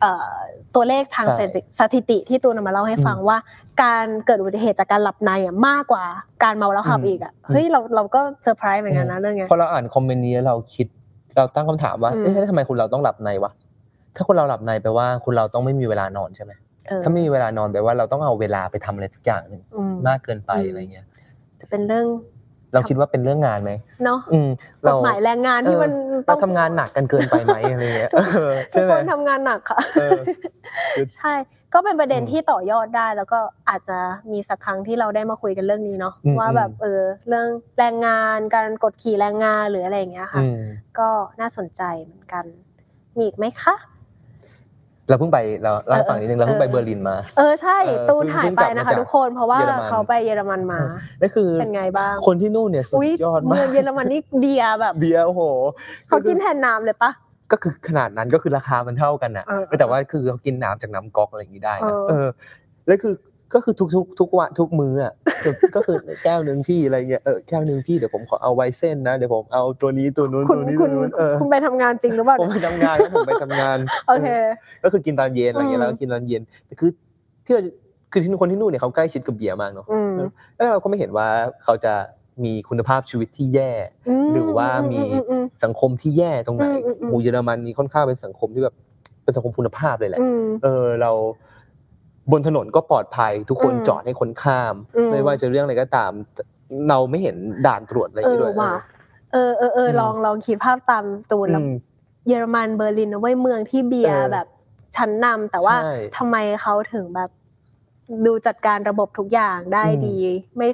Speaker 3: เอ่อตัวเลขทาง
Speaker 4: ใช่
Speaker 3: สถิติที่ตูนเอามาเล่าให้ฟังว่า การเกิดอุบัติเหตุจากการหลับในอ่ะมากกว่าการเมาแล้วขับ
Speaker 4: อืม
Speaker 3: อีกอ่ะเฮ้ยเราเราก็เซอร์ไพรส์เหมือนกัน
Speaker 4: อื
Speaker 3: นะ
Speaker 4: ม
Speaker 3: เรื่องเนี้ย
Speaker 4: พอเราอ่านคอมเมนต์นี้เราคิดเราตั้งคำถามว่า
Speaker 3: อืม
Speaker 4: เอ๊ะแล้วทำไมคนเราต้องหลับในวะถ้าคนเราหลับในแปลว่าคนเราต้องไม่มีเวลานอนใช่ไหม
Speaker 3: เออ
Speaker 4: ถ้าไม่มีเวลานอนแปลว่าเราต้องเอาเวลาไปทำอะไรสักอย่างหนึ่ง
Speaker 3: อืม
Speaker 4: มากเกินไป
Speaker 3: อืม
Speaker 4: อะไรเงี้ย
Speaker 3: จะเป็นเรื่อง
Speaker 4: เราคิดว่าเป็นเรื่องงานไหม
Speaker 3: เนาะ
Speaker 4: อืม
Speaker 3: ก
Speaker 4: เรา
Speaker 3: ฎหมายแรงงานที่มันต้
Speaker 4: เรา
Speaker 3: อง
Speaker 4: ทำงานหนักกันเกินไปไหมอะไร เงี้ยเออ
Speaker 3: ทุ
Speaker 4: ใช่
Speaker 3: ก
Speaker 4: ไหม
Speaker 3: คนทำงานหนักค่ะ
Speaker 4: เออ
Speaker 3: ใช่ ก็เป็นประเด็น
Speaker 4: อืม
Speaker 3: ที่ต่อยอดได้ แล้วก็อาจจะมีสักครั้งที่เราได้มาคุยกันเรื่องนี้เนาะ
Speaker 4: อืม
Speaker 3: ว่าแบบ
Speaker 4: อืม
Speaker 3: เออเรื่องแรงงานการกดขี่แรงงานหรืออะไรอย่างเงี้ยค่ะ
Speaker 4: อืม
Speaker 3: ก็น่าสนใจเหมือนกัน มีอีกไหมคะ
Speaker 4: เราเพิ่งไปเราเล่าให้ฟังนิดนึงเราเพิ่งไป
Speaker 3: เออ
Speaker 4: เบอร์ลินมา
Speaker 3: เออใช่
Speaker 4: เออ
Speaker 3: ตูน
Speaker 4: เพิ่ง
Speaker 3: หาย
Speaker 4: เพิ่ง
Speaker 3: ไป
Speaker 4: กลับ
Speaker 3: นะ
Speaker 4: มา
Speaker 3: คะ
Speaker 4: จาก
Speaker 3: ทุกคนเพราะว่า
Speaker 4: เยอรมัน
Speaker 3: เขาไปเยอรมันมา
Speaker 4: นั่นคือ
Speaker 3: เป็นไงบ้าง
Speaker 4: คนที่นู่นเนี่ยสุด
Speaker 3: อุ้ย
Speaker 4: ยอดมา
Speaker 3: เมือก งเยอรมันนี่เดียแบบ
Speaker 4: เบียร์โอ้โห
Speaker 3: เขากินแทนน้ำเลยปะ
Speaker 4: ก็คือขนาดนั้นก็คือราคามันเท่ากันอ่ะ
Speaker 3: เออเออ
Speaker 4: แต่ว่าคือเขากินน้ำจากน้ำก๊อกอะไรอย่างนี้ได้
Speaker 3: เอ
Speaker 4: นะ
Speaker 3: อ
Speaker 4: เออ แล้วคือก็คือทุกทุกทุกวันทุกมื้ออ่ะ คือก็คือแก้วหนึ่งพี่อะไรเงี้ยเออแก้วหนึ่งพี่เดี๋ยวผมขอเอาไวเส้นนะเดี๋ยวผมเอาตัวนี้ตัวนู้น
Speaker 3: คุณ
Speaker 4: ตัวนี้
Speaker 3: คุ
Speaker 4: ตัว
Speaker 3: ณ
Speaker 4: นู้นเออ
Speaker 3: คุณไปทำงานจริงหรือเปล่า
Speaker 4: ผมไปทำงานนะผมไปทำงาน
Speaker 3: โอเค
Speaker 4: เออก็คือกินตอนเย็นอะไรเงี้ย
Speaker 3: อืม
Speaker 4: แล้วก็กินตอนเย็นแต่คือที่เราคือที่คนที่นู่นเนี่ยเขาใกล้ชิดกับเบียร์มากเนาะ
Speaker 3: อืม
Speaker 4: แล้วเราก็ไม่เห็นว่าเขาจะมีคุณภาพชีวิตที่แย่
Speaker 3: ม
Speaker 4: หรือว่ามี
Speaker 3: อือืม
Speaker 4: สังคมที่แย่ตรงไหน
Speaker 3: อืมอืมอืม
Speaker 4: หมู่เยอรมันนี่ค่อนข้างเป็นสังคมที่แบบเป็นสังคมคุณภาพเลยแหละ
Speaker 3: อืม
Speaker 4: เออเราบนถนนก็ปลอดภัย ทุกคน
Speaker 3: อืม
Speaker 4: จอดให้คนข้าม
Speaker 3: อืม
Speaker 4: ไม่ว่าจะเรื่องอะไรก็ตาม เราไม่เห็นด่านตรวจอะไรอ
Speaker 3: เอย่างอ
Speaker 4: นี้ด้วย
Speaker 3: ว่ะเออเออเออ
Speaker 4: อืม
Speaker 3: ลองลองคิดภาพตามตูน
Speaker 4: เออ
Speaker 3: แล้ว
Speaker 4: อืม
Speaker 3: เยอรมันเบอร์ลินนะเว้ยเมืองที่เบียร์
Speaker 4: เออ
Speaker 3: แบบชั้นนำแต่ว่า
Speaker 4: ใช่
Speaker 3: ทำไมเขาถึงแบบดูจัดการระบบทุกอย่างได้
Speaker 4: อืม
Speaker 3: ดี ไม่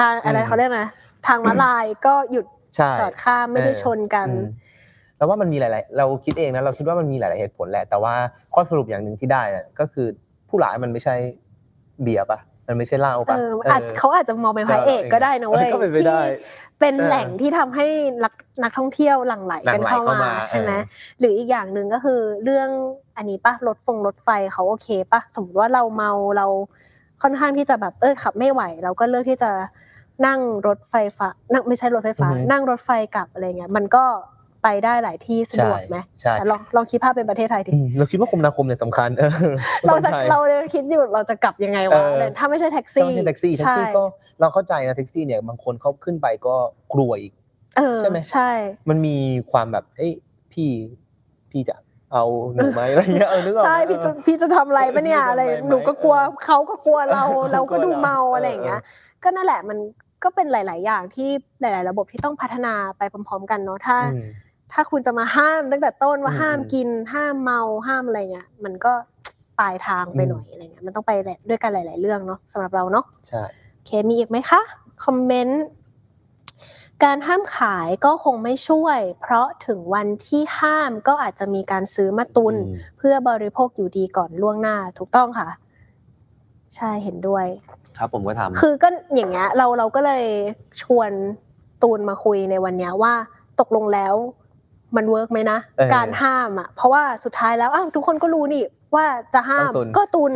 Speaker 3: ร้านอะไร
Speaker 4: อืม
Speaker 3: เขาเรียกนะทางม้าลายก็หยุด
Speaker 4: ใช่
Speaker 3: จอดข้ามไม่ได้ชนกัน
Speaker 4: อืมเราว่ามันมีหลาย ๆ เราคิดเองนะ เราคิดว่ามันมีหลาย ๆ เหตุผลแหละ แต่ว่าข้อสรุปอย่างหนึ่งที่ได้อะก็คือผู้ร้ายมันไม่ใช่เบียร์ปะมันไม่ใช่เหล้า
Speaker 3: เอ
Speaker 4: ปะ
Speaker 3: ออาจ
Speaker 4: ออ
Speaker 3: เขาอาจจะมองเป็นพระเอกก็ได้นะเว้ย
Speaker 4: ก็เป็นไปได้
Speaker 3: ที่เป็น
Speaker 4: เออ
Speaker 3: แหล่งที่ทำให้นักนักท่องเที่ยวหลั่งไหลกันเข้า
Speaker 4: หลั่งไหลเข้า
Speaker 3: มา
Speaker 4: มา
Speaker 3: ใช่ไหม
Speaker 4: เออ
Speaker 3: หรืออีกอย่างหนึ่งก็คือเรื่องอันนี้ปะรถฟงรถไฟเขาโอเคปะสมมติว่าเราเมาเราค่อนข้างที่จะแบบเออขับไม่ไหว เราก็เลือกที่จะนั่งรถไฟฟ้านั่งไม่ใช่รถไฟฟ้า
Speaker 4: อือฮึ
Speaker 3: นั่งรถไฟกลับอะไรเงี้ยมันก็ไปได้หลายที่สะดวกไหม
Speaker 4: ใช่
Speaker 3: แต่ลองลองคิดภาพเป็นประเทศไทยดิ
Speaker 4: อืมเราคิดว่าคมนาคมเนี่ยสำคัญเออ
Speaker 3: เราจะ
Speaker 4: คนไทย
Speaker 3: เราเลยคิดอยู่เราจะกลับยังไง
Speaker 4: เอ
Speaker 3: วะ
Speaker 4: อ
Speaker 3: เดินถ้าไม่ใช่แท็ก
Speaker 4: ก็
Speaker 3: ซี่
Speaker 4: ไม่ใช่แท็กซี่แท็กซี่ก็เราเข้าใจนะแท็กซี่เนี่ยบางคนเขาขึ้นไปก็กลัวอีก
Speaker 3: เออ
Speaker 4: ใช่ไหม
Speaker 3: ใช่
Speaker 4: มันมีความแบบ เอ้ยพี่พี่จะเอาหนูไหมอะไรเงี้ยเออนึกออกไหม
Speaker 3: ใช่พี่จะ
Speaker 4: เออ
Speaker 3: พี่จะทำอะไรปะเนี่ย
Speaker 4: พี่จะทำ
Speaker 3: อะไร
Speaker 4: อะไรไหม
Speaker 3: หนูก็กลัว
Speaker 4: เออ
Speaker 3: เขาก็กลัว เรา
Speaker 4: เออ
Speaker 3: เราก็
Speaker 4: กลัว
Speaker 3: ดูเมา
Speaker 4: เรา
Speaker 3: อะไรอย่างเงี้ย
Speaker 4: เออ
Speaker 3: ก็นั่นแหละมันก็เป็นหลาย ๆ อย่างที่หลาย ๆ ระบบที่ต้องพัฒนาไปพร้อม ๆ กันเนาะถ้า
Speaker 4: อืม
Speaker 3: ถ้าคุณจะมาห้ามตั้งแต่ต้นว่า
Speaker 4: อืม
Speaker 3: ห้าม
Speaker 4: อืม
Speaker 3: กินห้ามเมาห้ามอะไรเงี้ยมันก็ ไป ลายทางไปหน่อยอะไรเงี้ยมันต้องไปหลายด้วยกันหลาย ๆ เรื่องเนาะสำหรับเราเนาะ
Speaker 4: ใช่
Speaker 3: โอเคมีอีกไหมคะ คอมเมนต์ การห้ามขายก็คงไม่ช่วย เพราะถึงวันที่ห้ามก็อาจจะมีการซื้อมาตุน เพื่อบริโภคอยู่ดีก่อนล่วงหน้าถูกต้องค่ะ ใช่เห็นด้วย
Speaker 4: ครับผมก็ทำ
Speaker 3: คือก็อย่างเงี้ยเราเราก็เลยชวนตูนมาคุยในวันเนี้ยว่าตกลงแล้วมันเวิร์กไหมนะ
Speaker 4: เออ
Speaker 3: การห้ามอ่ะเพราะว่าสุดท้ายแล้วอ้าวทุกคนก็รู้นี่ว่าจะห้าม
Speaker 4: ต้องตุน
Speaker 3: ก็ตุน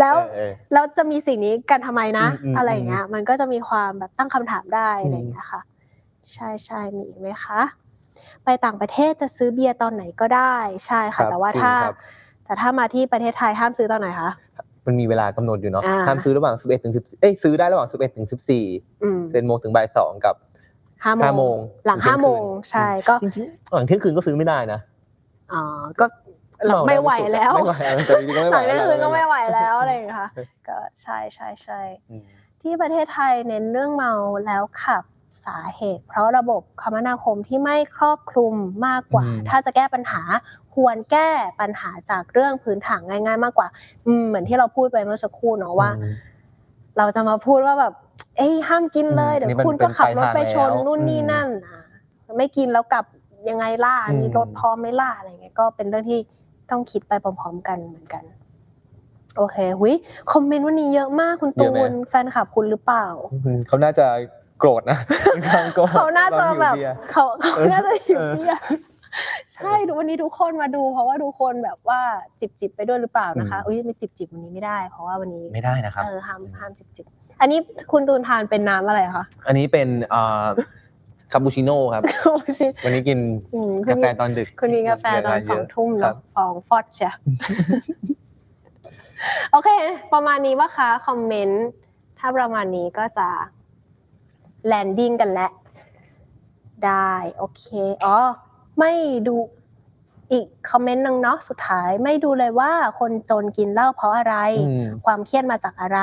Speaker 3: แล้ว
Speaker 4: เออ
Speaker 3: แล้วจะมีสิ่งนี้กันทำไมนะ
Speaker 4: อืมอืม
Speaker 3: อะไรอย่างเงี้ย มันก็จะมีความแบบตั้งคำถามได้
Speaker 4: อืม
Speaker 3: อะไรอย่างเงี้ยค่ะ ใช่ใช่มีอีกไหมคะ ไปต่างประเทศจะซื้อเบียร์ตอนไหนก็ได้ ใช่
Speaker 4: ครั
Speaker 3: ค่ะ
Speaker 4: บ
Speaker 3: แต่ว่า
Speaker 4: จริง
Speaker 3: ถ้า
Speaker 4: ครับ
Speaker 3: แต่ถ้ามาที่ประเทศไทยห้ามซื้อตอนไหนคะ
Speaker 4: มันมีเวลากำหนดอยู่เนาะ
Speaker 3: อ่า
Speaker 4: ห้ามซื้อระหว่าง 11ถึง10เอ้ยซื้อได้ระหว่าง 11ถึง14
Speaker 3: อืม
Speaker 4: เซนโมงถึงบ่ายสองกับ
Speaker 3: ห้า
Speaker 4: ห้า
Speaker 3: โม
Speaker 4: โม
Speaker 3: ง
Speaker 4: ง
Speaker 3: หลังห้าโมงใช่ก็
Speaker 4: จริงๆหลังเที่ยงคืนก็ซื้อไม่ได้นะ
Speaker 3: อ๋อก็เราไม่ไหวแล้ว
Speaker 4: ไม่ไหวแล้วแต่จริงๆก็
Speaker 3: ห
Speaker 4: ไม่ไหว
Speaker 3: ลังเที่ยงคืนก็ไม่
Speaker 4: แล้ว
Speaker 3: ไหวแล้วอะไรอย่างเงี้ยค่ะ ก็ใช่ใช่ใช่
Speaker 4: อืม
Speaker 3: ที่ประเทศไทยเน้นเรื่องเมาแล้วขับสาเหตุ เพราะระบบคมนาคมที่ไม่ครอบคลุมมากกว่า
Speaker 4: อืม
Speaker 3: ถ้าจะแก้ปัญหาควรแก้ปัญหาจากเรื่องพื้นฐานง่าย ๆ มากกว่าอืมเหมือนที่เราพูดไปเมื่อสักครู่เนาะว่า
Speaker 4: อืม
Speaker 3: เราจะมาพูดว่าแบบเอ้ยห้ามกินเลย
Speaker 4: อืม
Speaker 3: เดี๋ย
Speaker 4: นี่
Speaker 3: ว
Speaker 4: มัน
Speaker 3: คุณก็ขับรถไปชน
Speaker 4: เป็นปลายทางแล้ว
Speaker 3: นู่นนี่นั่นอ่ะไม่กินแล้วกลับยังไงล่ะ
Speaker 4: อืม
Speaker 3: มีรถพร้อมไหม่ล่ะอะไรเงี้ยก็เป็นเรื่องที่ต้องคิดไปพร้อมๆกันเหมือนกัน โอเคหุยคอมเมนต์วันนี้เยอะมากคุณตูนแฟนคลับคุณหรือเปล่า
Speaker 4: อืมเขาน่าจะโกรธ นะเป็นความโกรธ
Speaker 3: เขาน่าจะ
Speaker 4: ตออยู่
Speaker 3: แบบ
Speaker 4: เบียร์
Speaker 3: เขาเขาน่าจะหิว
Speaker 4: เออ
Speaker 3: เบียร์ใช่ดูวันนี้ทุกคนมาดู เพราะว่าทุกคนแบบว่าจิบจิบๆไปด้วยหรือเปล่านะคะ
Speaker 4: อืม
Speaker 3: อุ้ยไม่จิบจิบๆวันนี้ไม่ได้ เพราะว่าวันนี้
Speaker 4: ไม่ได้นะครับ
Speaker 3: เออห้ามห้ามจิบจิบๆอันนี้คุณตูนทานเป็นน้ำอะไรคะ
Speaker 4: อันนี้เป็นเอ่อคาปูชิโน่ครับ
Speaker 3: โอ้ชิ
Speaker 4: วันนี้กิน
Speaker 3: อืมคุ
Speaker 4: กา
Speaker 3: ณ
Speaker 4: แฟตอนดึก
Speaker 3: คุณมีกาแฟตอน
Speaker 4: เวลาเยะ
Speaker 3: สองทุ่ม
Speaker 4: ครั
Speaker 3: เนาะ
Speaker 4: บ
Speaker 3: ฟองฟอดเชีย โอเค ประมาณนี้ว่าคะคอมเมนต์ถ้าประมาณนี้ก็จะแลนดิ้งกันแล้ว ได้โอเคอ๋อไม่ดูอีกคอมเมนต์หนึงเนาะสุดท้ายไม่ดูเลยว่าคนจนกินเหล้าเพราะอะไร
Speaker 4: อืม
Speaker 3: ความเครียดมาจากอะไร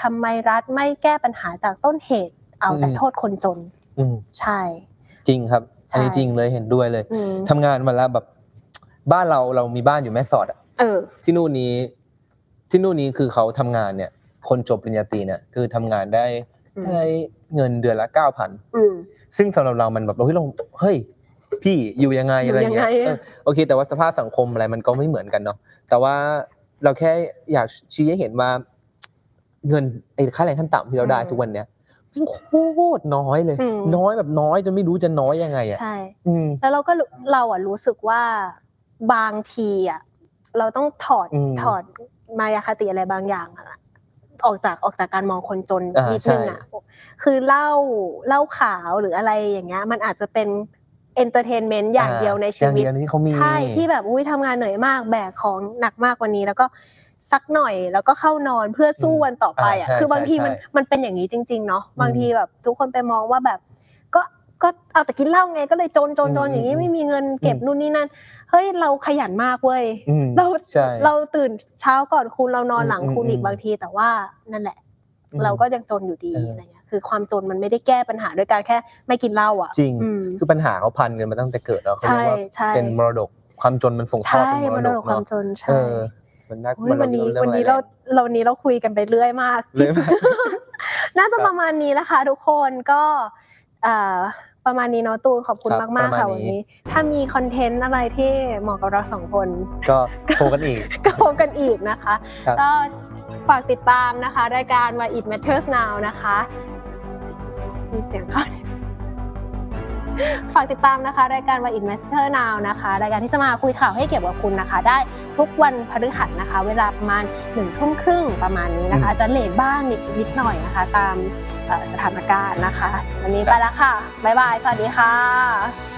Speaker 3: ทำไมรัฐไม่แก้ปัญหาจากต้นเหตุ เอาแต่
Speaker 4: อืม
Speaker 3: โทษคนจน
Speaker 4: อืม
Speaker 3: ใช่
Speaker 4: จริงครับ
Speaker 3: ใช่
Speaker 4: อันนี้จริงเลยเห็นด้วยเลย
Speaker 3: อืม
Speaker 4: ทำงานวันละแบบ บ้านเราเรามีบ้านอยู่แม่สอดอะ
Speaker 3: เออ
Speaker 4: ที่นู่นนี้ ที่นู่นนี้คือเขาทำงานเนี่ย คนจบปริญญาตรีเนี่ยคือทำงานได้
Speaker 3: อืม
Speaker 4: ได้เงินเดือนละเก้าพัน
Speaker 3: อืม
Speaker 4: ซึ่งสำหรับเรามันแบบเราเฮ้ยเราเฮ้ย พี่อยู่ยังไง
Speaker 3: อยู่
Speaker 4: อะไรอย่างเงี้ย
Speaker 3: ยังไงอะ
Speaker 4: เออโอเค แต่ว่าสภาพสังคมอะไรมันก็ไม่เหมือนกันเนาะแต่ว่าเราแค่อยากชี้ให้เห็นว่า เงินไอ้ค่าแรงขั้นต่ำที่เราได้ทุกวันเนี้ยมันโคตรน้อยเลย
Speaker 3: อืม
Speaker 4: น้อยแบบน้อยจนไม่รู้จะน้อยยังไงอ่ะ
Speaker 3: ใช่
Speaker 4: อืม
Speaker 3: แล้วเราก็รู้เราอ่ะรู้สึกว่าบางทีอ่ะเราต้องถอด
Speaker 4: อืม
Speaker 3: ถอดมายาคติอะไรบางอย่างอะออกจากออกจากการมองคนจน
Speaker 4: อ่านิ
Speaker 3: นิดนึงอ่ะคือเหล่าเหล่าขาวหรืออะไรอย่างเงี้ย มันอาจจะเป็นเอนเตอร์เทนเมนต์อย่าง
Speaker 4: อ่า
Speaker 3: เดียวในชีวิต
Speaker 4: อย่างเดียวที่เขามี
Speaker 3: ใช่ที่แบบอุ้ยทำงานเหนื่อยมากแบกของหนักมากวันนี้ แล้วก็สักหน่อยแล้วก็เข้านอนเพื่อสู้วันต่อไปอ่ะ
Speaker 4: อ่าใช่
Speaker 3: คือบางทีมัน
Speaker 4: ใช่ใช่
Speaker 3: มันเป็นอย่างนี้จริงๆเนาะบาง
Speaker 4: อืม
Speaker 3: ทีแบบทุกคนไปมองว่าแบบ ก็ก็เอาแต่กินเหล้าไงก็เลยจนจนจนอย่างนี้
Speaker 4: อืม
Speaker 3: ไม่มีเงินเก็บ
Speaker 4: อืม
Speaker 3: นู่นนี่นั่นเฮ้ยเราขยันมากเว้ย
Speaker 4: อืม
Speaker 3: เรา
Speaker 4: ใช่
Speaker 3: เราตื่นเช้าก่อนคุณเรานอนหลัง
Speaker 4: อืม
Speaker 3: คุณอีก
Speaker 4: อืม
Speaker 3: บางที แต่ว่านั่นแหละ
Speaker 4: อืม
Speaker 3: เราก็ยังจนอยู่ดี
Speaker 4: เอออ
Speaker 3: อะไรเงี้ยคือความจนมันไม่ได้แก้ปัญหาด้วยการแค่ไม่กินเหล้าอ่ะ
Speaker 4: จริง
Speaker 3: อืม
Speaker 4: คือปัญหาเขาพันกันมาตั้งแต่เกิดแล้วเขา
Speaker 3: ใช่
Speaker 4: เรียกว่า
Speaker 3: ใช่
Speaker 4: เป็นมรดกความจนมันส่งทอด
Speaker 3: ใช่
Speaker 4: เป็นม
Speaker 3: มั
Speaker 4: ร
Speaker 3: น
Speaker 4: ด
Speaker 3: เรา
Speaker 4: ก
Speaker 3: ความ
Speaker 4: เนาะ
Speaker 3: จน
Speaker 4: เอ
Speaker 3: ใช่
Speaker 4: อมันน่า
Speaker 3: เฮ้ยวันนี้
Speaker 4: มั
Speaker 3: วัน
Speaker 4: เรื่
Speaker 3: นี้
Speaker 4: องอะไร
Speaker 3: เราเรานี้เราคุยกันไปเรื่อยมาก
Speaker 4: เล
Speaker 3: ที่
Speaker 4: ย
Speaker 3: สุด น่าจะประมาณนี้นะคะทุกคนก็เอ่อประมาณนี้เนาะตูนขอบคุณ
Speaker 4: รับ
Speaker 3: มาก
Speaker 4: ป
Speaker 3: ๆ
Speaker 4: ร
Speaker 3: ค่ะ
Speaker 4: มณ
Speaker 3: วันนี้ ถ้ามีคอนเทนต์อะไรที่เหมาะกับเราสองคน
Speaker 4: ก็โทรกันอีก
Speaker 3: ก็พบกันอีกนะคะ
Speaker 4: ครับ
Speaker 3: ก็ฝากติดตามนะคะ รายการ Why It Matters Now นะคะ มีเสียงเข้าฝากติดตามนะคะ รายการ Why It Matters Now นะคะ รายการที่จะมาคุยข่าวให้เกี่ยวกับคุณนะคะ ได้ทุกวันพฤหัสนะคะ เวลาประมาณหนึ่งทุ่มครึ่งประมาณนี้นะคะอาจจะเลทบ้างนิดนิดหน่อยนะคะ ตามเอ่อสถานการณ์นะคะ วันนี้ไปแล้วค่ะ บ๊ายบาย สวัสดีค่ะ